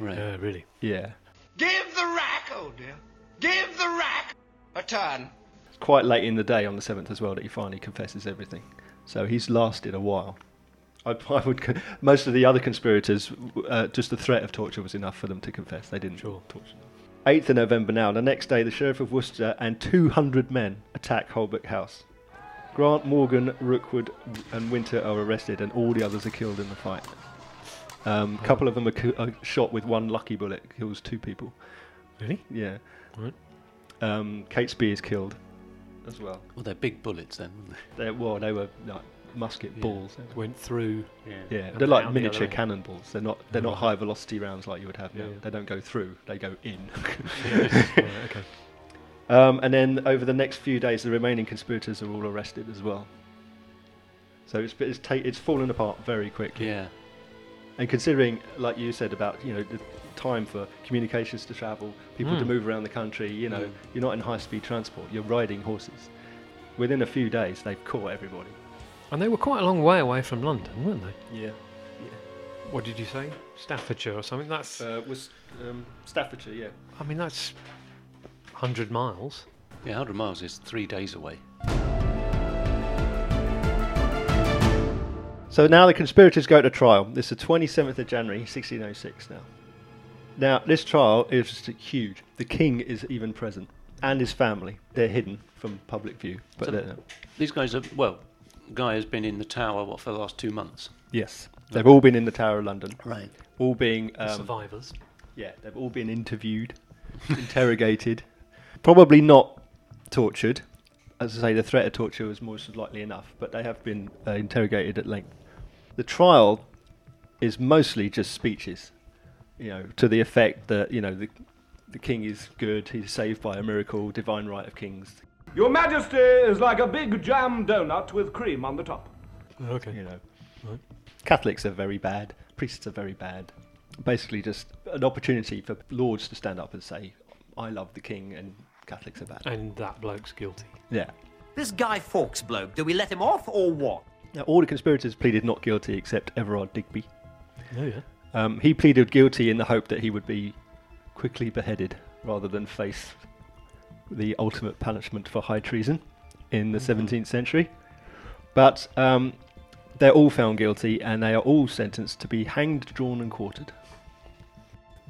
Speaker 3: Right.
Speaker 4: Uh, really?
Speaker 2: Yeah.
Speaker 8: Give the rack, oh dear. Give the rack a turn.
Speaker 2: It's quite late in the day on the 7th as well that he finally confesses everything. So he's lasted a while. I, I would. co- Most of the other conspirators, uh, just the threat of torture was enough for them to confess. They didn't
Speaker 4: Sure.
Speaker 2: torture. them. 8th of November now. The next day, the Sheriff of Worcester and 200 men attack Holbeck House. Grant, Morgan, Rookwood, and Winter are arrested, and all the others are killed in the fight. A um, couple of them are, co- are shot with one lucky bullet, kills two people.
Speaker 4: Really?
Speaker 2: Yeah.
Speaker 4: Right.
Speaker 2: Um, Kate Spee is killed as well.
Speaker 3: Well, they're big bullets then, weren't
Speaker 2: They, well, they were like musket balls.
Speaker 4: Went through.
Speaker 3: they? Yeah.
Speaker 2: Yeah,
Speaker 4: And
Speaker 2: they're
Speaker 4: out
Speaker 2: like
Speaker 4: the other
Speaker 2: miniature
Speaker 4: end.
Speaker 2: cannonballs. They're not they're not high velocity rounds like you would have. now.
Speaker 4: yeah.
Speaker 2: They don't go through. They go in.
Speaker 4: Right, okay.
Speaker 2: um, and then over the next few days, the remaining conspirators are all arrested as well. So it's it's, ta- it's fallen apart very quickly.
Speaker 3: Yeah.
Speaker 2: And considering, like you said about you know the time for communications to travel, people
Speaker 4: Mm.
Speaker 2: to move around the country, you know, you're not in high speed transport. You're riding horses. Within a few days, they've caught everybody.
Speaker 4: And they were quite a long way away from London, weren't they?
Speaker 2: Yeah.
Speaker 4: What did you say? Staffordshire or something? That's.
Speaker 2: Uh, was um, Staffordshire, yeah.
Speaker 4: I mean, that's. 100 miles.
Speaker 3: Yeah, 100 miles is three days away.
Speaker 2: So now the conspirators go to trial. This is the 27th of January, 1606 now. Now, this trial is just huge. The king is even present, and his family. They're hidden from public view. But
Speaker 3: So-
Speaker 2: they're-
Speaker 3: These guys are, well, Guy has been in the tower, what, for the last two months?
Speaker 2: yes, they've all been in the Tower of London,
Speaker 3: Right.
Speaker 2: all being
Speaker 4: The
Speaker 2: um,
Speaker 4: survivors.
Speaker 2: yeah, they've all been interviewed, interrogated. Probably not tortured. As I say, the threat of torture was most likely enough, but they have been uh, interrogated at length. The trial is mostly just speeches, you know, to the effect that you know the the king is good, he's saved by a miracle, divine right of kings,
Speaker 9: Your Majesty is like a big jam donut with cream on the top.
Speaker 4: Okay.
Speaker 2: you know. Catholics are very bad, priests are very bad. Basically, just an opportunity for lords to stand up and say, I love the king, and Catholics are bad.
Speaker 4: And that bloke's guilty.
Speaker 2: Yeah.
Speaker 10: This Guy Fawkes bloke, do we let him off or what?
Speaker 2: Now, all the conspirators pleaded not guilty except Everard Digby.
Speaker 4: Oh, yeah.
Speaker 2: Um, he pleaded guilty in the hope that he would be quickly beheaded rather than face the ultimate punishment for high treason in
Speaker 10: Mm-hmm.
Speaker 2: the 17th century. But um, they're all found guilty and they are all sentenced to be hanged, drawn, and quartered.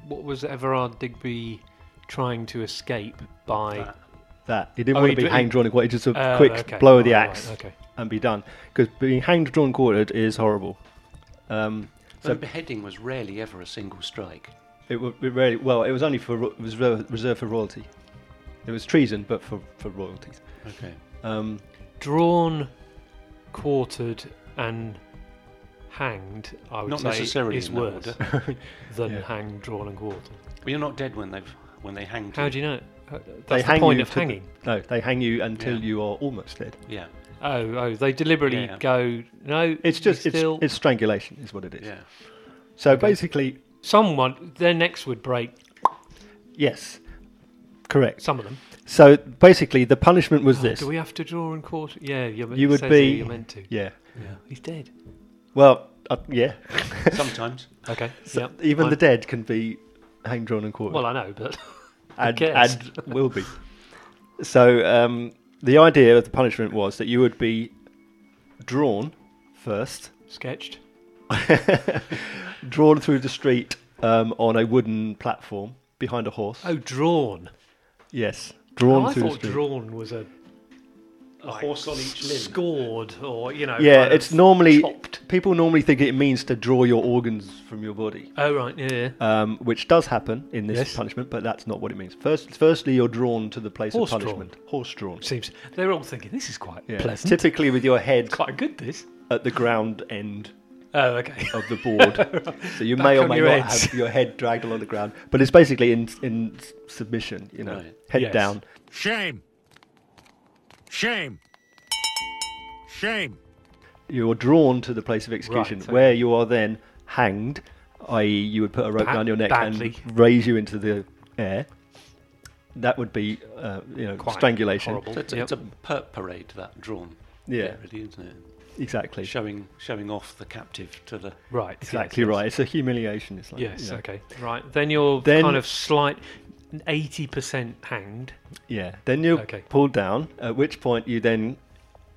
Speaker 4: What was Everard Digby trying to escape by?
Speaker 2: that. He didn't
Speaker 4: Oh,
Speaker 2: want
Speaker 4: he
Speaker 2: to be
Speaker 4: did-
Speaker 2: hanged, drawn, and quartered. Just a
Speaker 4: Oh,
Speaker 2: quick
Speaker 4: okay.
Speaker 2: blow of the
Speaker 4: Alright,
Speaker 2: axe
Speaker 4: okay.
Speaker 2: and be done. Because being hanged, drawn, and quartered is horrible. Um,
Speaker 3: So
Speaker 2: so
Speaker 3: beheading was rarely ever a single strike.
Speaker 2: it, wa- it really well. It was only for ro- it was re- reserved for royalty. It was treason, but for for royalties.
Speaker 3: Okay.
Speaker 2: Um,
Speaker 4: drawn, quartered, and hanged. I would
Speaker 3: Not
Speaker 4: say
Speaker 3: necessarily
Speaker 4: is
Speaker 3: in that
Speaker 4: worse than
Speaker 2: Yeah.
Speaker 4: hanged, drawn, and quartered.
Speaker 3: Well, you're not dead when they've when they hanged
Speaker 4: How
Speaker 3: you.
Speaker 4: do you know? Uh, That's
Speaker 2: they
Speaker 4: the
Speaker 2: hang
Speaker 4: point
Speaker 2: you
Speaker 4: of
Speaker 2: to the-
Speaker 4: hanging.
Speaker 2: no, they hang you until
Speaker 3: Yeah.
Speaker 2: you are almost dead.
Speaker 3: Yeah.
Speaker 4: Oh, oh, they deliberately
Speaker 3: Yeah.
Speaker 4: go. No,
Speaker 2: It's just
Speaker 4: you
Speaker 2: it's,
Speaker 4: still
Speaker 2: it's strangulation, is what it is.
Speaker 3: Yeah.
Speaker 2: So basically,
Speaker 4: someone. Their necks would break.
Speaker 2: yes, correct.
Speaker 4: Some of them.
Speaker 2: So basically, the punishment was
Speaker 4: Oh,
Speaker 2: this.
Speaker 4: Do we have to draw and quarter? Yeah, you're,
Speaker 2: you
Speaker 4: it
Speaker 2: would
Speaker 4: says
Speaker 2: be
Speaker 4: here You're meant to.
Speaker 2: yeah.
Speaker 4: He's dead.
Speaker 2: Well, uh, yeah.
Speaker 3: Sometimes.
Speaker 4: Okay.
Speaker 2: So
Speaker 4: yep.
Speaker 2: Even
Speaker 4: I-
Speaker 2: the dead can be hanged, drawn, and quartered.
Speaker 4: Well, I know, but
Speaker 2: and,
Speaker 4: guess.
Speaker 2: and will be. So um, the idea of the punishment was that you would be drawn first,
Speaker 4: sketched.
Speaker 2: drawn through the street um, on a wooden platform behind a horse.
Speaker 4: Oh, drawn.
Speaker 2: Yes,
Speaker 4: Oh,
Speaker 2: drawn
Speaker 4: I
Speaker 2: through the
Speaker 4: thought
Speaker 2: street.
Speaker 4: drawn was a
Speaker 3: A horse on each limb.
Speaker 4: scored or you know.
Speaker 2: yeah,
Speaker 4: kind
Speaker 2: it's
Speaker 4: of
Speaker 2: normally
Speaker 4: chopped.
Speaker 2: people normally think it means to draw your organs from your body,
Speaker 4: Oh right, yeah, yeah.
Speaker 2: um, which does happen in this
Speaker 4: Yes.
Speaker 2: punishment, but that's not what it means. First, firstly, you're drawn to the place
Speaker 4: Horse
Speaker 2: of
Speaker 4: drawn.
Speaker 2: punishment, horse drawn.
Speaker 4: Seems they're all thinking this is quite
Speaker 2: Yeah.
Speaker 4: pleasant.
Speaker 2: Typically, with your head
Speaker 4: Quite good this.
Speaker 2: at the ground end
Speaker 4: Oh okay.
Speaker 2: of the board. so you may
Speaker 4: Back
Speaker 2: or
Speaker 4: on
Speaker 2: may
Speaker 4: your
Speaker 2: not
Speaker 4: heads.
Speaker 2: have your head dragged along the ground, but it's basically in in s- submission, you know,
Speaker 3: Right.
Speaker 2: head
Speaker 4: Yes.
Speaker 2: down.
Speaker 11: Shame. Shame. Shame.
Speaker 2: You're drawn to the place of execution,
Speaker 4: Right, okay.
Speaker 2: where you are then hanged, i.e., you would put a rope
Speaker 4: Ba-
Speaker 2: down your neck
Speaker 4: badly.
Speaker 2: and raise you into the air. That would be, uh, you know,
Speaker 4: Quite
Speaker 2: strangulation.
Speaker 4: horrible.
Speaker 3: So it's,
Speaker 4: Yep.
Speaker 3: it's a perp parade that drawn.
Speaker 2: Yeah.
Speaker 3: Bit, really, isn't it?
Speaker 2: Exactly.
Speaker 3: Showing showing off the captive to the
Speaker 4: right.
Speaker 2: Exactly
Speaker 4: yes, yes.
Speaker 2: right. It's a humiliation. It's like
Speaker 4: Yes.
Speaker 2: you know,
Speaker 4: Okay. Right. Then you're
Speaker 2: Then-
Speaker 4: kind of slight, eighty percent hanged.
Speaker 2: Yeah. Then you're
Speaker 4: Okay.
Speaker 2: pulled down. At which point you then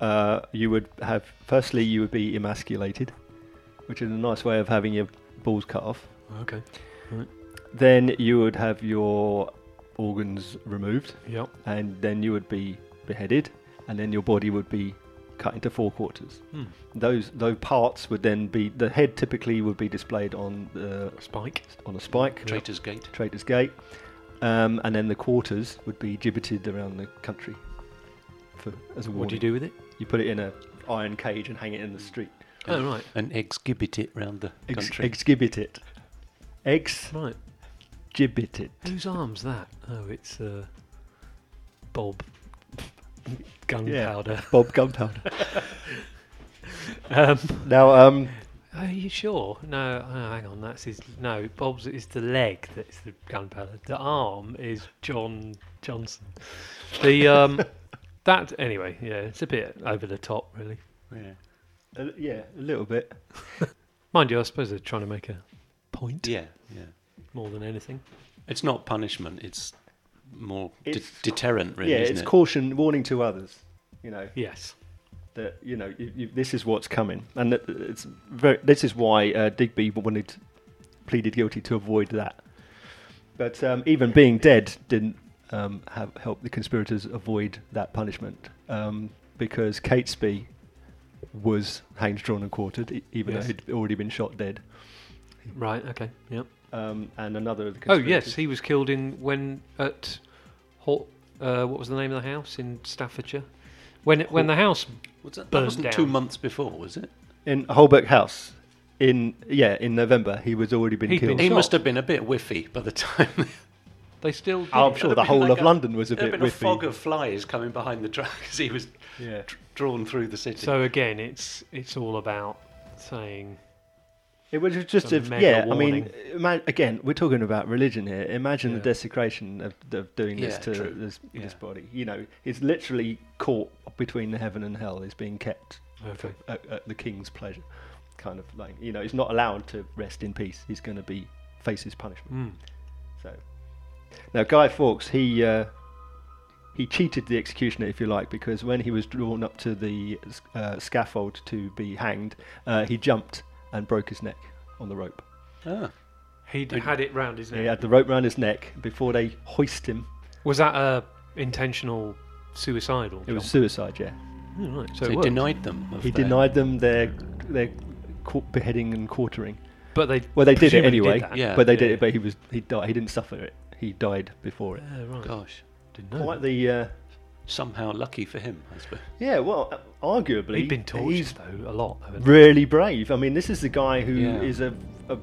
Speaker 2: uh, you would have. Firstly, you would be emasculated, which is a nice way of having your balls cut off.
Speaker 4: Okay.
Speaker 2: Then you would have your organs removed,
Speaker 4: Yep.
Speaker 2: and then you would be beheaded, and then your body would be cut into four quarters. Those those parts would then be the head typically would be displayed on the
Speaker 4: Spike.
Speaker 2: on a spike,
Speaker 3: Traitor's Gate.
Speaker 2: Traitors Gate, um, and then the quarters would be gibbeted around the country. For, as a warning.
Speaker 4: What do you do with it?
Speaker 2: You put it in a iron cage and hang it in the street.
Speaker 4: Oh right.
Speaker 3: And exhibit it round the
Speaker 2: Ex-
Speaker 3: country.
Speaker 2: exgibbit it. Ex
Speaker 4: Right.
Speaker 2: gibbet it.
Speaker 4: Whose arm's that? Oh, it's uh, Bob.
Speaker 2: Yeah.
Speaker 4: Gunpowder.
Speaker 2: Bob Gunpowder.
Speaker 4: Um,
Speaker 2: now, um,
Speaker 4: Are you sure? No, oh, hang on. That's his. No, Bob's is the leg that's the gunpowder. The arm is John Johnson. The um, that anyway. Yeah, it's a bit over the top, really.
Speaker 3: yeah.
Speaker 2: uh, yeah, a little bit.
Speaker 4: Mind you, I suppose they're trying to make a point
Speaker 3: yeah, yeah.
Speaker 4: more than anything.
Speaker 3: It's not punishment. It's more de-
Speaker 2: It's-
Speaker 3: deterrent, really.
Speaker 2: yeah,
Speaker 3: isn't
Speaker 2: it's
Speaker 3: it?
Speaker 2: caution, warning to others. You know
Speaker 4: Yes.
Speaker 2: that you know you, you, this is what's coming, and that uh, it's very. This is why uh, Digby wanted pleaded guilty to avoid that. But um, even being dead didn't um, have, help the conspirators avoid that punishment um, because Catesby was hanged, drawn, and quartered, e- even
Speaker 4: Yes.
Speaker 2: though he'd already been shot dead.
Speaker 4: Right. Okay. Yep.
Speaker 2: Um, and another of the
Speaker 4: Oh yes,
Speaker 2: conspirators.
Speaker 4: he was killed in when at Hor- Uh, what was the name of the house in Staffordshire? When it, when the house
Speaker 3: What's that? That
Speaker 4: burned
Speaker 3: wasn't
Speaker 4: down.
Speaker 3: two months before, was it?
Speaker 2: In Holbrook House, in yeah, in November, he was already been
Speaker 3: He'd
Speaker 2: killed.
Speaker 3: been- he must have been a bit whiffy by the time.
Speaker 4: They still. Did.
Speaker 3: Oh,
Speaker 2: I'm sure the whole
Speaker 3: Like
Speaker 2: of London was a
Speaker 3: there'd
Speaker 2: bit
Speaker 3: been
Speaker 2: whiffy.
Speaker 3: A fog of flies coming behind the truck as he was
Speaker 2: Yeah.
Speaker 3: tr- drawn through the city.
Speaker 4: So again, it's it's all about saying
Speaker 2: It was just,
Speaker 4: A
Speaker 2: if-
Speaker 4: mega
Speaker 2: yeah. I mean,
Speaker 4: warning.
Speaker 2: ima- again, we're talking about religion here. Imagine the desecration of, of doing this
Speaker 3: Yeah,
Speaker 2: to
Speaker 3: true.
Speaker 2: this,
Speaker 3: Yeah.
Speaker 2: this body. You know, it's literally caught between the heaven and hell. It's being kept
Speaker 4: Okay.
Speaker 2: at, at the king's pleasure, kind of like you know, he's not allowed to rest in peace. He's going to be face his
Speaker 4: Hmm.
Speaker 2: punishment. So now, Guy Fawkes, he uh, he cheated the executioner, if you like, because when he was drawn up to the uh, scaffold to be hanged, uh, he jumped and broke his neck on the rope.
Speaker 3: Ah.
Speaker 4: he d- had it round his
Speaker 2: He
Speaker 4: neck.
Speaker 2: had the rope round his neck before they hoist him.
Speaker 4: Was that a intentional suicidal?
Speaker 2: It was
Speaker 4: jump?
Speaker 2: suicide, yeah.
Speaker 4: Oh, right. So,
Speaker 3: So
Speaker 4: it
Speaker 3: he
Speaker 4: worked.
Speaker 3: denied them. Of
Speaker 2: He
Speaker 3: their-
Speaker 2: denied them their their cau- beheading and quartering.
Speaker 4: But they
Speaker 2: Well, they did it
Speaker 4: presumably
Speaker 2: anyway.
Speaker 4: that.
Speaker 3: Yeah.
Speaker 2: but they did it. But he was he died. He didn't suffer it. He died before it.
Speaker 4: Yeah, right.
Speaker 3: Gosh,
Speaker 4: Didn't know.
Speaker 2: Quite the uh,
Speaker 3: somehow lucky for him, I suppose.
Speaker 2: yeah. Well, uh,
Speaker 4: that.
Speaker 2: arguably
Speaker 4: He'd been tortured
Speaker 2: he's
Speaker 4: though a lot. Though, hadn't
Speaker 2: really brave. I mean, this is the guy who is
Speaker 3: Yeah.
Speaker 2: a, a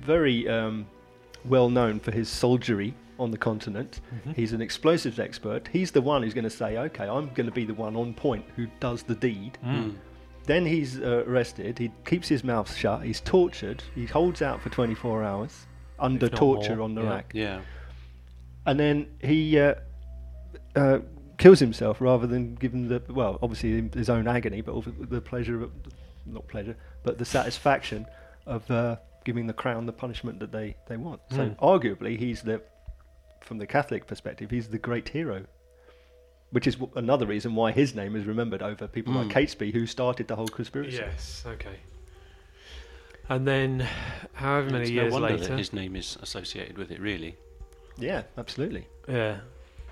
Speaker 2: very um, well known for his soldiery on the continent.
Speaker 4: Mm-hmm.
Speaker 2: He's an explosives expert. He's the one who's going to say, "Okay, I'm going to be the one on point who does the deed."
Speaker 4: Mm.
Speaker 2: Then he's uh, arrested. He keeps his mouth shut. He's tortured. He holds out for 24 hours under
Speaker 4: If not
Speaker 2: torture
Speaker 4: more,
Speaker 2: on the
Speaker 4: yeah.
Speaker 2: rack.
Speaker 3: Yeah.
Speaker 2: and then he uh, uh, kills himself rather than give him the well, obviously his own agony, but also the pleasure, of, not pleasure, but the satisfaction of uh, giving the crown the punishment that they they want. So arguably, he's the from the Catholic perspective, he's the great hero. Which is w- another reason why his name is remembered over people like Catesby, who started the whole
Speaker 4: he?
Speaker 2: conspiracy.
Speaker 4: Yes. Okay. And then, however many
Speaker 3: It's no
Speaker 4: years
Speaker 3: wonder
Speaker 4: later,
Speaker 3: that his name is associated with it, really.
Speaker 2: Yeah, absolutely.
Speaker 4: Yeah.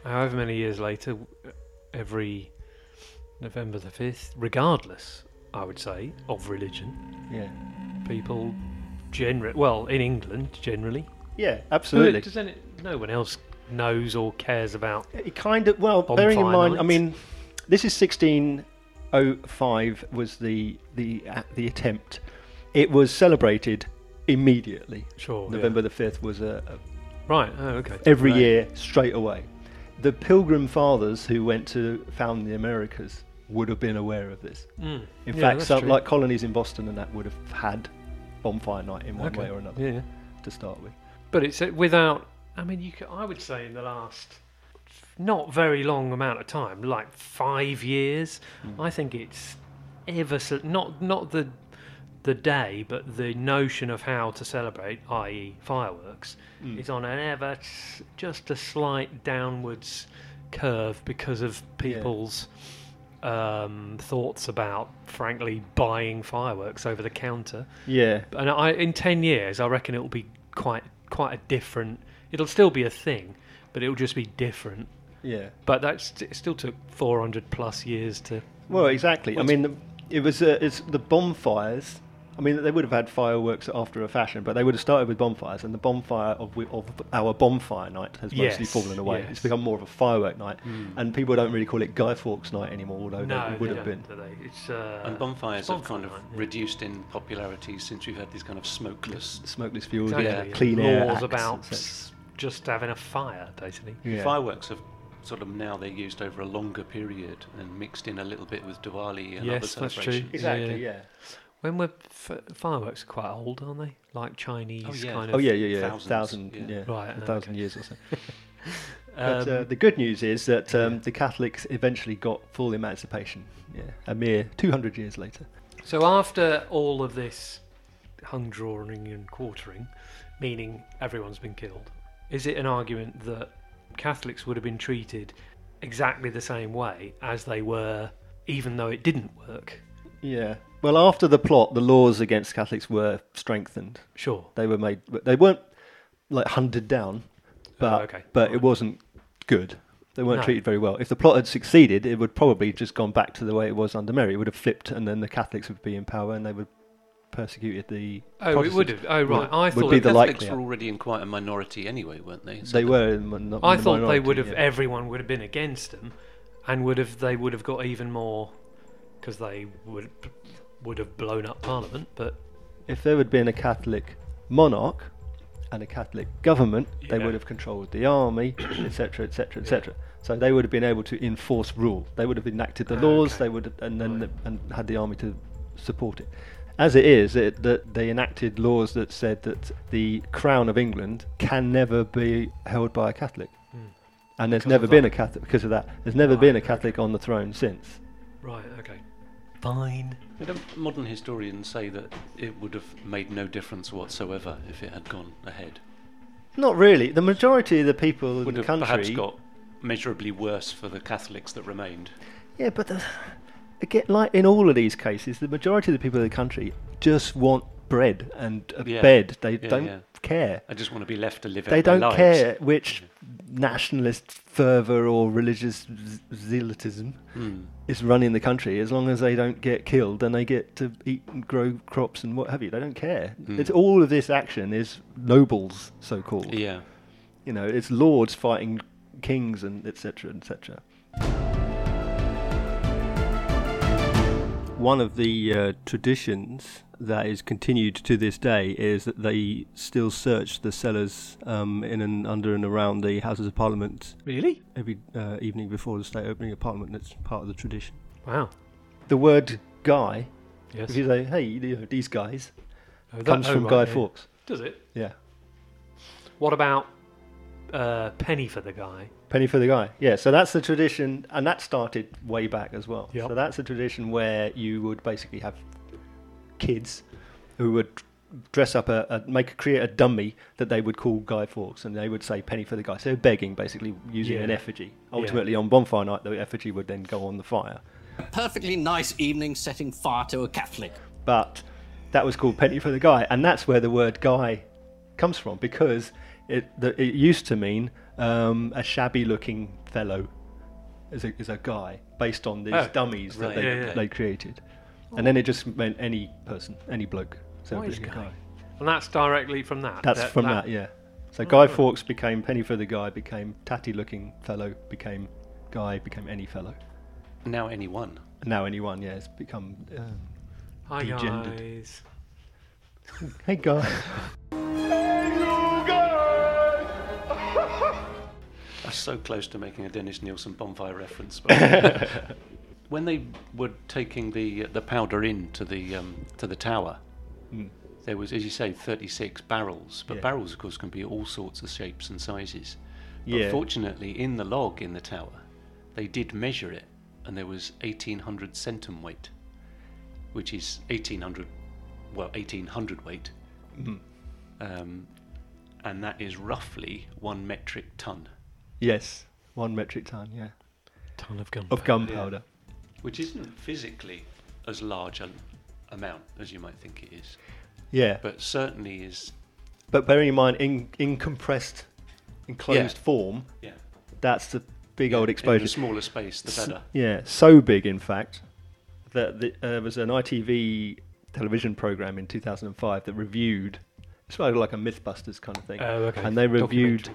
Speaker 4: Uh, However many years later, w- every November the 5th, regardless, I would say, of religion,
Speaker 2: Yeah,
Speaker 4: people generally, well, in England generally.
Speaker 2: yeah, absolutely.
Speaker 4: Does any, no one else knows or cares about.
Speaker 2: It kind of well,
Speaker 4: Bonfire
Speaker 2: bearing in mind, I
Speaker 4: night.
Speaker 2: mean, this is 1605 was the the uh, the attempt. It was celebrated immediately.
Speaker 4: Sure, yeah.
Speaker 2: November the fifth was a, a
Speaker 4: Right, oh, okay.
Speaker 2: every
Speaker 4: Right.
Speaker 2: year straight away. The Pilgrim Fathers who went to found the Americas would have been aware of this. In
Speaker 4: Hmm. Yeah,
Speaker 2: fact,
Speaker 4: that's
Speaker 2: some,
Speaker 4: true.
Speaker 2: like colonies in Boston and that would have had bonfire night in one
Speaker 4: Okay.
Speaker 2: way or another
Speaker 4: Yeah, yeah.
Speaker 2: to start with.
Speaker 4: But it's uh, without. I mean, you could, I would say in the last not very long amount of time, like five years, I think it's ever so not not the the day, but the notion of how to celebrate, i.e., fireworks, is on an ever s- just a slight downwards curve because of people's. Um, thoughts about, frankly, buying fireworks over the counter
Speaker 2: Yeah,
Speaker 4: and I, in ten years, I reckon it'll be quite quite a different. It'll still be a thing, but it'll just be different.
Speaker 2: yeah.
Speaker 4: But that's it still took four hundred plus years to.
Speaker 2: Well, exactly. I mean, the, it was uh, it's the bonfires. I mean, they would have had fireworks after a fashion, but they would have started with bonfires, and the bonfire of, wi- of our bonfire night has mostly
Speaker 4: Yes,
Speaker 2: fallen away.
Speaker 4: yes. Mm.
Speaker 2: It's become more of a firework night, and people don't really call it Guy Fawkes night anymore, although
Speaker 4: No,
Speaker 2: it would
Speaker 4: they
Speaker 2: have
Speaker 4: don't,
Speaker 2: been.
Speaker 4: do they? It's uh,
Speaker 3: and bonfires have kind of
Speaker 4: bonfire night,
Speaker 3: reduced in popularity since we've had these kind of smokeless
Speaker 2: Smokeless fuels,
Speaker 4: yeah. Exactly,
Speaker 2: yeah,
Speaker 4: and
Speaker 2: clean air.
Speaker 4: laws
Speaker 2: acts,
Speaker 4: about
Speaker 2: et cetera.
Speaker 4: s- just having a fire, basically.
Speaker 2: Yeah.
Speaker 3: fireworks. Have sort of now they're used over a longer period and mixed in a little bit with Diwali and
Speaker 4: Yes,
Speaker 3: other
Speaker 4: that's true.
Speaker 3: celebrations.
Speaker 2: Exactly, yeah.
Speaker 4: When were f- fireworks are quite old, aren't they? Like Chinese
Speaker 3: yeah.
Speaker 4: kind of.
Speaker 2: Oh, yeah, yeah, yeah.
Speaker 3: Thousands,
Speaker 2: thousand,
Speaker 3: yeah.
Speaker 2: yeah.
Speaker 4: Right,
Speaker 2: a
Speaker 4: uh,
Speaker 2: thousand years or so.
Speaker 4: Um,
Speaker 2: But uh, the good news is that um, the Catholics eventually got full emancipation, yeah, a mere 200 years later.
Speaker 4: So after all of this hung drawing and quartering, meaning everyone's been killed, is it an argument that Catholics would have been treated exactly the same way as they were, even though it didn't work?
Speaker 2: Yeah. Well, after the plot, the laws against Catholics were strengthened.
Speaker 4: Sure.
Speaker 2: They were made. They weren't like hunted down, but
Speaker 4: Oh, okay.
Speaker 2: but it wasn't good. They weren't
Speaker 4: No.
Speaker 2: treated very well. If the plot had succeeded, it would probably just gone back to the way it was under Mary. It would have flipped, and then the Catholics would be in power, and they would persecuted the.
Speaker 4: Oh, it would
Speaker 2: Protestants
Speaker 4: have. Oh, right. I
Speaker 2: would
Speaker 4: thought
Speaker 2: be the
Speaker 3: Catholics
Speaker 2: likely.
Speaker 3: were already in quite a minority anyway, weren't they?
Speaker 2: They were. In, mon-
Speaker 4: I thought they
Speaker 2: minority,
Speaker 4: would have.
Speaker 2: yeah.
Speaker 4: Everyone would have been against them, and would have they would have got even more because they would would have blown up Parliament. But
Speaker 2: If there had been a Catholic monarch and a Catholic government, they
Speaker 4: Yeah.
Speaker 2: would have controlled the army, etc., etc., etc. So they would have been able to enforce rule. They would have enacted the laws. They would, have, and then the- and had the army to support it. As it is, it, that they enacted laws that said that the crown of England can never be held by a Catholic, and there's never been a Catholic because of that. There's never been a Catholic on the throne since.
Speaker 4: right, okay, fine.
Speaker 3: Don't modern historians say that it would have made no difference whatsoever if it had gone ahead?
Speaker 2: Not really. The majority of the people in
Speaker 3: Would
Speaker 2: the
Speaker 3: have
Speaker 2: country
Speaker 3: perhaps got measurably worse for the Catholics that remained.
Speaker 2: Yeah, but the, again, like in all of these cases, the majority of the people of the country just want bread and a
Speaker 3: Yeah.
Speaker 2: bed. They
Speaker 3: Yeah,
Speaker 2: don't
Speaker 3: yeah.
Speaker 2: care.
Speaker 3: I just want to be left to live out
Speaker 2: They
Speaker 3: my
Speaker 2: don't
Speaker 3: lives. Mm.
Speaker 2: care which nationalist fervour or religious z- zealotism
Speaker 3: Hmm.
Speaker 2: is running the country, as long as they don't get killed and they get to eat and grow crops and what have you. They don't care.
Speaker 3: Hmm.
Speaker 2: It's all of this action is nobles, so called.
Speaker 3: Yeah.
Speaker 2: You know, it's lords fighting kings and etc. etc.
Speaker 12: One of the uh, traditions that is continued to this day is that they still search the cellars um, in and under and around the Houses of Parliament.
Speaker 4: Really?
Speaker 12: Every uh, evening before the state opening of Parliament, that's part of the tradition.
Speaker 4: Wow.
Speaker 2: The word guy,
Speaker 4: Yes.
Speaker 2: if you say, hey, you know, these guys,
Speaker 4: Oh, that-
Speaker 2: comes
Speaker 4: oh,
Speaker 2: from
Speaker 4: right,
Speaker 2: Guy
Speaker 4: yeah.
Speaker 2: Fawkes.
Speaker 4: Does it?
Speaker 2: Yeah.
Speaker 4: What about uh, penny for the guy?
Speaker 2: Penny for the guy. Yeah, so that's the tradition, and that started way back as well.
Speaker 4: Yep.
Speaker 2: So that's a tradition where you would basically have kids who would dress up a, a make create a dummy that they would call Guy Fawkes, and they would say penny for the guy. So begging, basically using an
Speaker 12: Yeah.
Speaker 2: effigy.
Speaker 12: Yeah.
Speaker 2: Ultimately, on bonfire night, the effigy would then go on the fire.
Speaker 13: A perfectly nice evening setting fire to a Catholic.
Speaker 2: but that was called penny for the guy, and that's where the word guy comes from because it the, it used to mean um, a shabby-looking fellow, is a is a guy based on these
Speaker 4: Oh,
Speaker 2: dummies that
Speaker 4: right,
Speaker 2: they,
Speaker 4: yeah, yeah.
Speaker 2: they created, and then it just meant any person, any bloke. So
Speaker 4: Why
Speaker 2: it
Speaker 4: is
Speaker 2: was a
Speaker 4: guy? And that's directly from that. Oh.
Speaker 2: That's from that, yeah. So Guy Fawkes became penny for the guy, became tatty-looking fellow, became guy, became any fellow.
Speaker 3: Now anyone.
Speaker 2: And now anyone, yeah, it's become um,
Speaker 4: Hi
Speaker 2: degendered.
Speaker 4: guys.
Speaker 2: Hey guy.
Speaker 3: I was so close to making a Dennis Nielsen bonfire reference. But when they were taking the the powder in to the um, to the tower,
Speaker 2: Mm.
Speaker 3: there was, as you say, 36 barrels. But
Speaker 2: Yeah.
Speaker 3: barrels, of course, can be all sorts of shapes and sizes. But
Speaker 2: Yeah.
Speaker 3: fortunately, in the log in the tower, they did measure it, and there was 1,800 centum weight, which is 1,800, well, 1,800 weight.
Speaker 2: Mhm.
Speaker 3: Um, and that is roughly one metric ton.
Speaker 2: Yes, one metric ton. Yeah.
Speaker 4: Ton of gunpowder.
Speaker 2: Of gunpowder.
Speaker 3: which isn't physically as large an amount as you might think it is.
Speaker 2: Yeah.
Speaker 3: But certainly is.
Speaker 2: But bearing in mind, in in compressed, enclosed form,
Speaker 3: Yeah.
Speaker 2: that's the big old
Speaker 3: In
Speaker 2: explosion.
Speaker 3: the smaller space, the
Speaker 2: S-
Speaker 3: better.
Speaker 2: yeah, so big, in fact, that the, uh, there was an ITV television program in 2005 that reviewed. It's sort of like a MythBusters kind of thing.
Speaker 4: Oh, okay.
Speaker 2: And they reviewed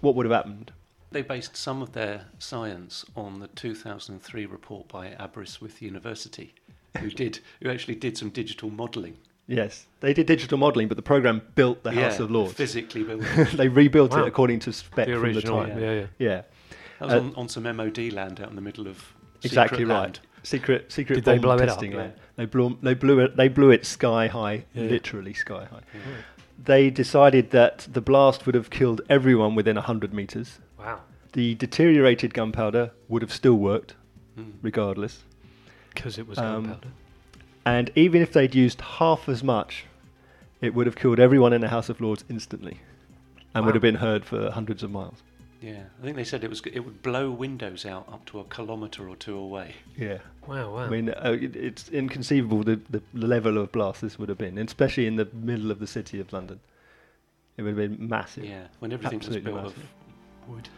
Speaker 2: what would have happened.
Speaker 3: They based some of their science on the 2003 report by Aberystwyth University, who did, who actually did some digital modelling.
Speaker 2: Yes, they did digital modelling, but the program built the House
Speaker 3: Yeah,
Speaker 2: of Lords.
Speaker 3: physically built it.
Speaker 2: they rebuilt
Speaker 3: Wow.
Speaker 2: it according to spec
Speaker 3: The
Speaker 2: from
Speaker 3: original,
Speaker 2: the time.
Speaker 3: yeah, yeah.
Speaker 2: yeah.
Speaker 3: That was
Speaker 2: Uh,
Speaker 3: on, on some MOD land out in the middle of secret
Speaker 2: Exactly right.
Speaker 3: land.
Speaker 2: Secret secret
Speaker 4: Did they
Speaker 2: bomb
Speaker 4: blow it up?
Speaker 2: testing
Speaker 4: Yeah.
Speaker 2: land. They blew they blew it they blew it sky high,
Speaker 4: Yeah.
Speaker 2: literally sky high.
Speaker 4: Yeah.
Speaker 2: They decided that the blast would have killed everyone within 100 meters.
Speaker 4: Wow.
Speaker 2: The deteriorated gunpowder would have still worked
Speaker 4: Hmm.
Speaker 3: Mm.
Speaker 2: regardless.
Speaker 4: Because it was
Speaker 2: Um,
Speaker 4: gunpowder.
Speaker 2: And even if they'd used half as much, it would have killed everyone in the House of Lords instantly and
Speaker 3: Wow.
Speaker 2: would have been heard for hundreds of miles.
Speaker 3: Yeah, I think they said it was g- it would blow windows out up to a kilometre or two away.
Speaker 2: Yeah.
Speaker 4: Wow, wow.
Speaker 2: I mean, uh, it, it's inconceivable the, the level of blast this would have been, and especially in the middle of the city of London. It would have been massive.
Speaker 3: Yeah, when everything
Speaker 2: Absolutely
Speaker 3: was built
Speaker 2: massive.
Speaker 3: of wood,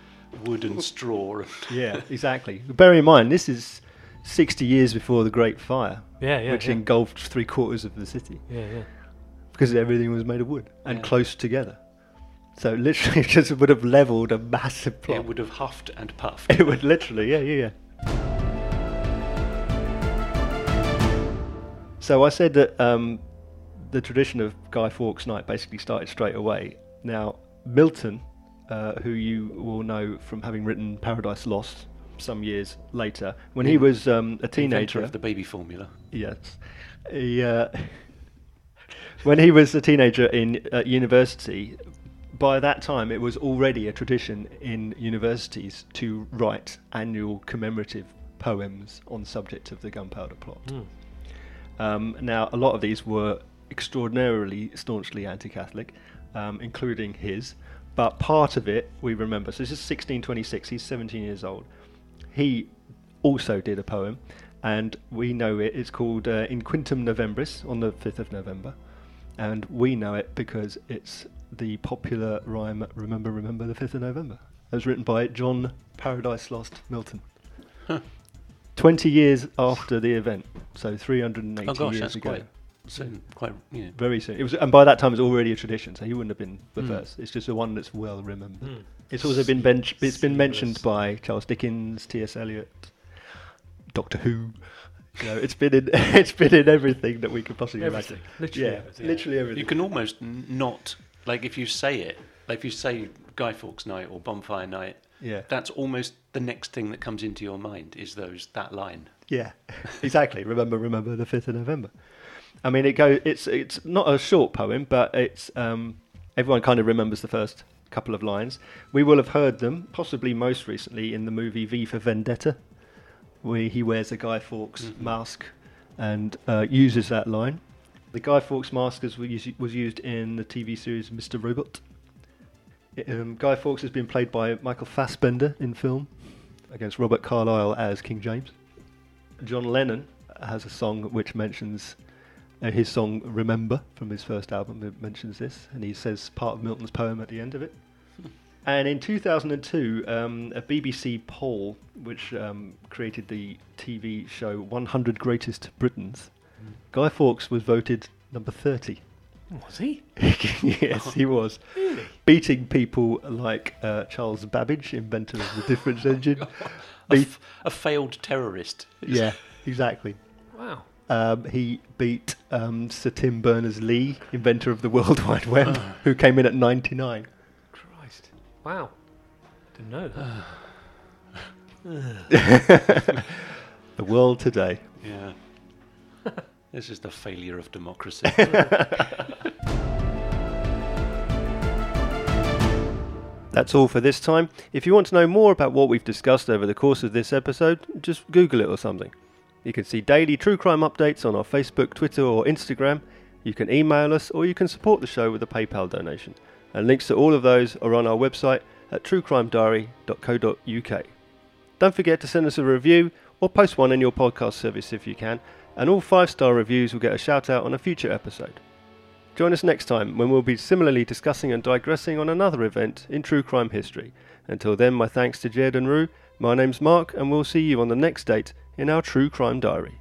Speaker 3: wood and straw.
Speaker 2: yeah, exactly. Bear in mind, this is 60 years before the Great Fire,
Speaker 4: Yeah, yeah,
Speaker 2: which
Speaker 4: yeah.
Speaker 2: engulfed three quarters of the city.
Speaker 4: Yeah, yeah.
Speaker 2: Because everything was made of wood and
Speaker 3: Yeah.
Speaker 2: close together. So literally, it just would have leveled a massive plot.
Speaker 3: It would have huffed and puffed.
Speaker 2: It would literally, yeah, yeah, yeah. So I said that um, the tradition of Guy Fawkes Night basically started straight away. Now, Milton, uh, who you will know from having written Paradise Lost some years later, when he
Speaker 3: In-
Speaker 2: was um, a
Speaker 3: Inventor
Speaker 2: teenager.
Speaker 3: of the baby formula.
Speaker 2: Yes. He, uh, when he was a teenager in at university, by that time it was already a tradition in universities to write annual commemorative poems on subject of the gunpowder plot.
Speaker 4: Hmm.
Speaker 2: Um, now, a lot of these were extraordinarily staunchly anti-Catholic, um, including his. But part of it we remember. So this is 1626. He's 17 years old. He also did a poem, and we know it. It's called uh, In Quintum Novembris on the 5th of November, and we know it because it's the popular rhyme "Remember, Remember the 5th of November." It was written by John Paradise Lost Milton. 20 years after the event, so 380
Speaker 3: Oh gosh,
Speaker 2: years
Speaker 3: that's
Speaker 2: ago. Mm.
Speaker 3: quite soon. Quite you know.
Speaker 2: Very soon. It was, and by that time, it was already a tradition, so he wouldn't have been the
Speaker 4: Hmm.
Speaker 3: Mm.
Speaker 2: first. It's just the one that's well remembered.
Speaker 4: Mm.
Speaker 2: It's also been bench, it's been mentioned by Charles Dickens, T.S. Eliot, Doctor Who. You know, it's been in it's been in everything that we could possibly
Speaker 4: Everything.
Speaker 2: imagine.
Speaker 4: Literally
Speaker 2: yeah,
Speaker 4: everything.
Speaker 2: literally everything.
Speaker 3: You can almost n- not like if you say it, like if you say Guy Fawkes Night or Bonfire Night.
Speaker 2: Yeah.
Speaker 3: That's almost the next thing that comes into your mind is those that line.
Speaker 2: Yeah, exactly. remember, remember the fifth of November. I mean, it go. It's it's not a short poem, but it's um, everyone kind of remembers the first couple of lines. We will have heard them, possibly most recently in the movie V for Vendetta, where he wears a Guy Fawkes mask and uh, uses that line. The Guy Fawkes mask is, was was used in the TV series Mr. Robot. Um, Guy Fawkes has been played by Michael Fassbender in film against Robert Carlyle as King James. John Lennon has a song which mentions uh, his song Remember from his first album. It mentions this, and he says part of Milton's poem at the end of it. And in 2002, um, a BBC poll, which um, created the TV show 100 Greatest Britons,
Speaker 4: Hmm.
Speaker 2: Guy Fawkes was voted number 30.
Speaker 4: Was he?
Speaker 2: yes, he was. Beating people like uh, Charles Babbage, inventor of the difference
Speaker 4: Oh
Speaker 2: engine.
Speaker 3: A,
Speaker 2: Beat-
Speaker 3: f- a failed terrorist.
Speaker 2: yeah, exactly.
Speaker 4: Wow.
Speaker 2: Um, he beat um, Sir Tim Berners Lee, inventor of the World Wide Web, who came in at 99.
Speaker 4: Christ. Wow. Didn't know that.
Speaker 2: the world today.
Speaker 3: Yeah. this is the failure of democracy.
Speaker 2: That's all for this time. If you want to know more about what we've discussed over the course of this episode, just Google it or something. You can see daily true crime updates on our Facebook, Twitter, or Instagram. You can email us or you can support the show with a PayPal donation. And links to all of those are on our website at truecrimediary.co.uk. Don't forget to send us a review or post one in your podcast service if you can, and all five star reviews will get a shout out on a future episode. Join us next time when we'll be similarly discussing and digressing on another event in true crime history. Until then, my thanks to Jed and Rue. My name's Mark, and we'll see you on the next date in our True Crime Diary.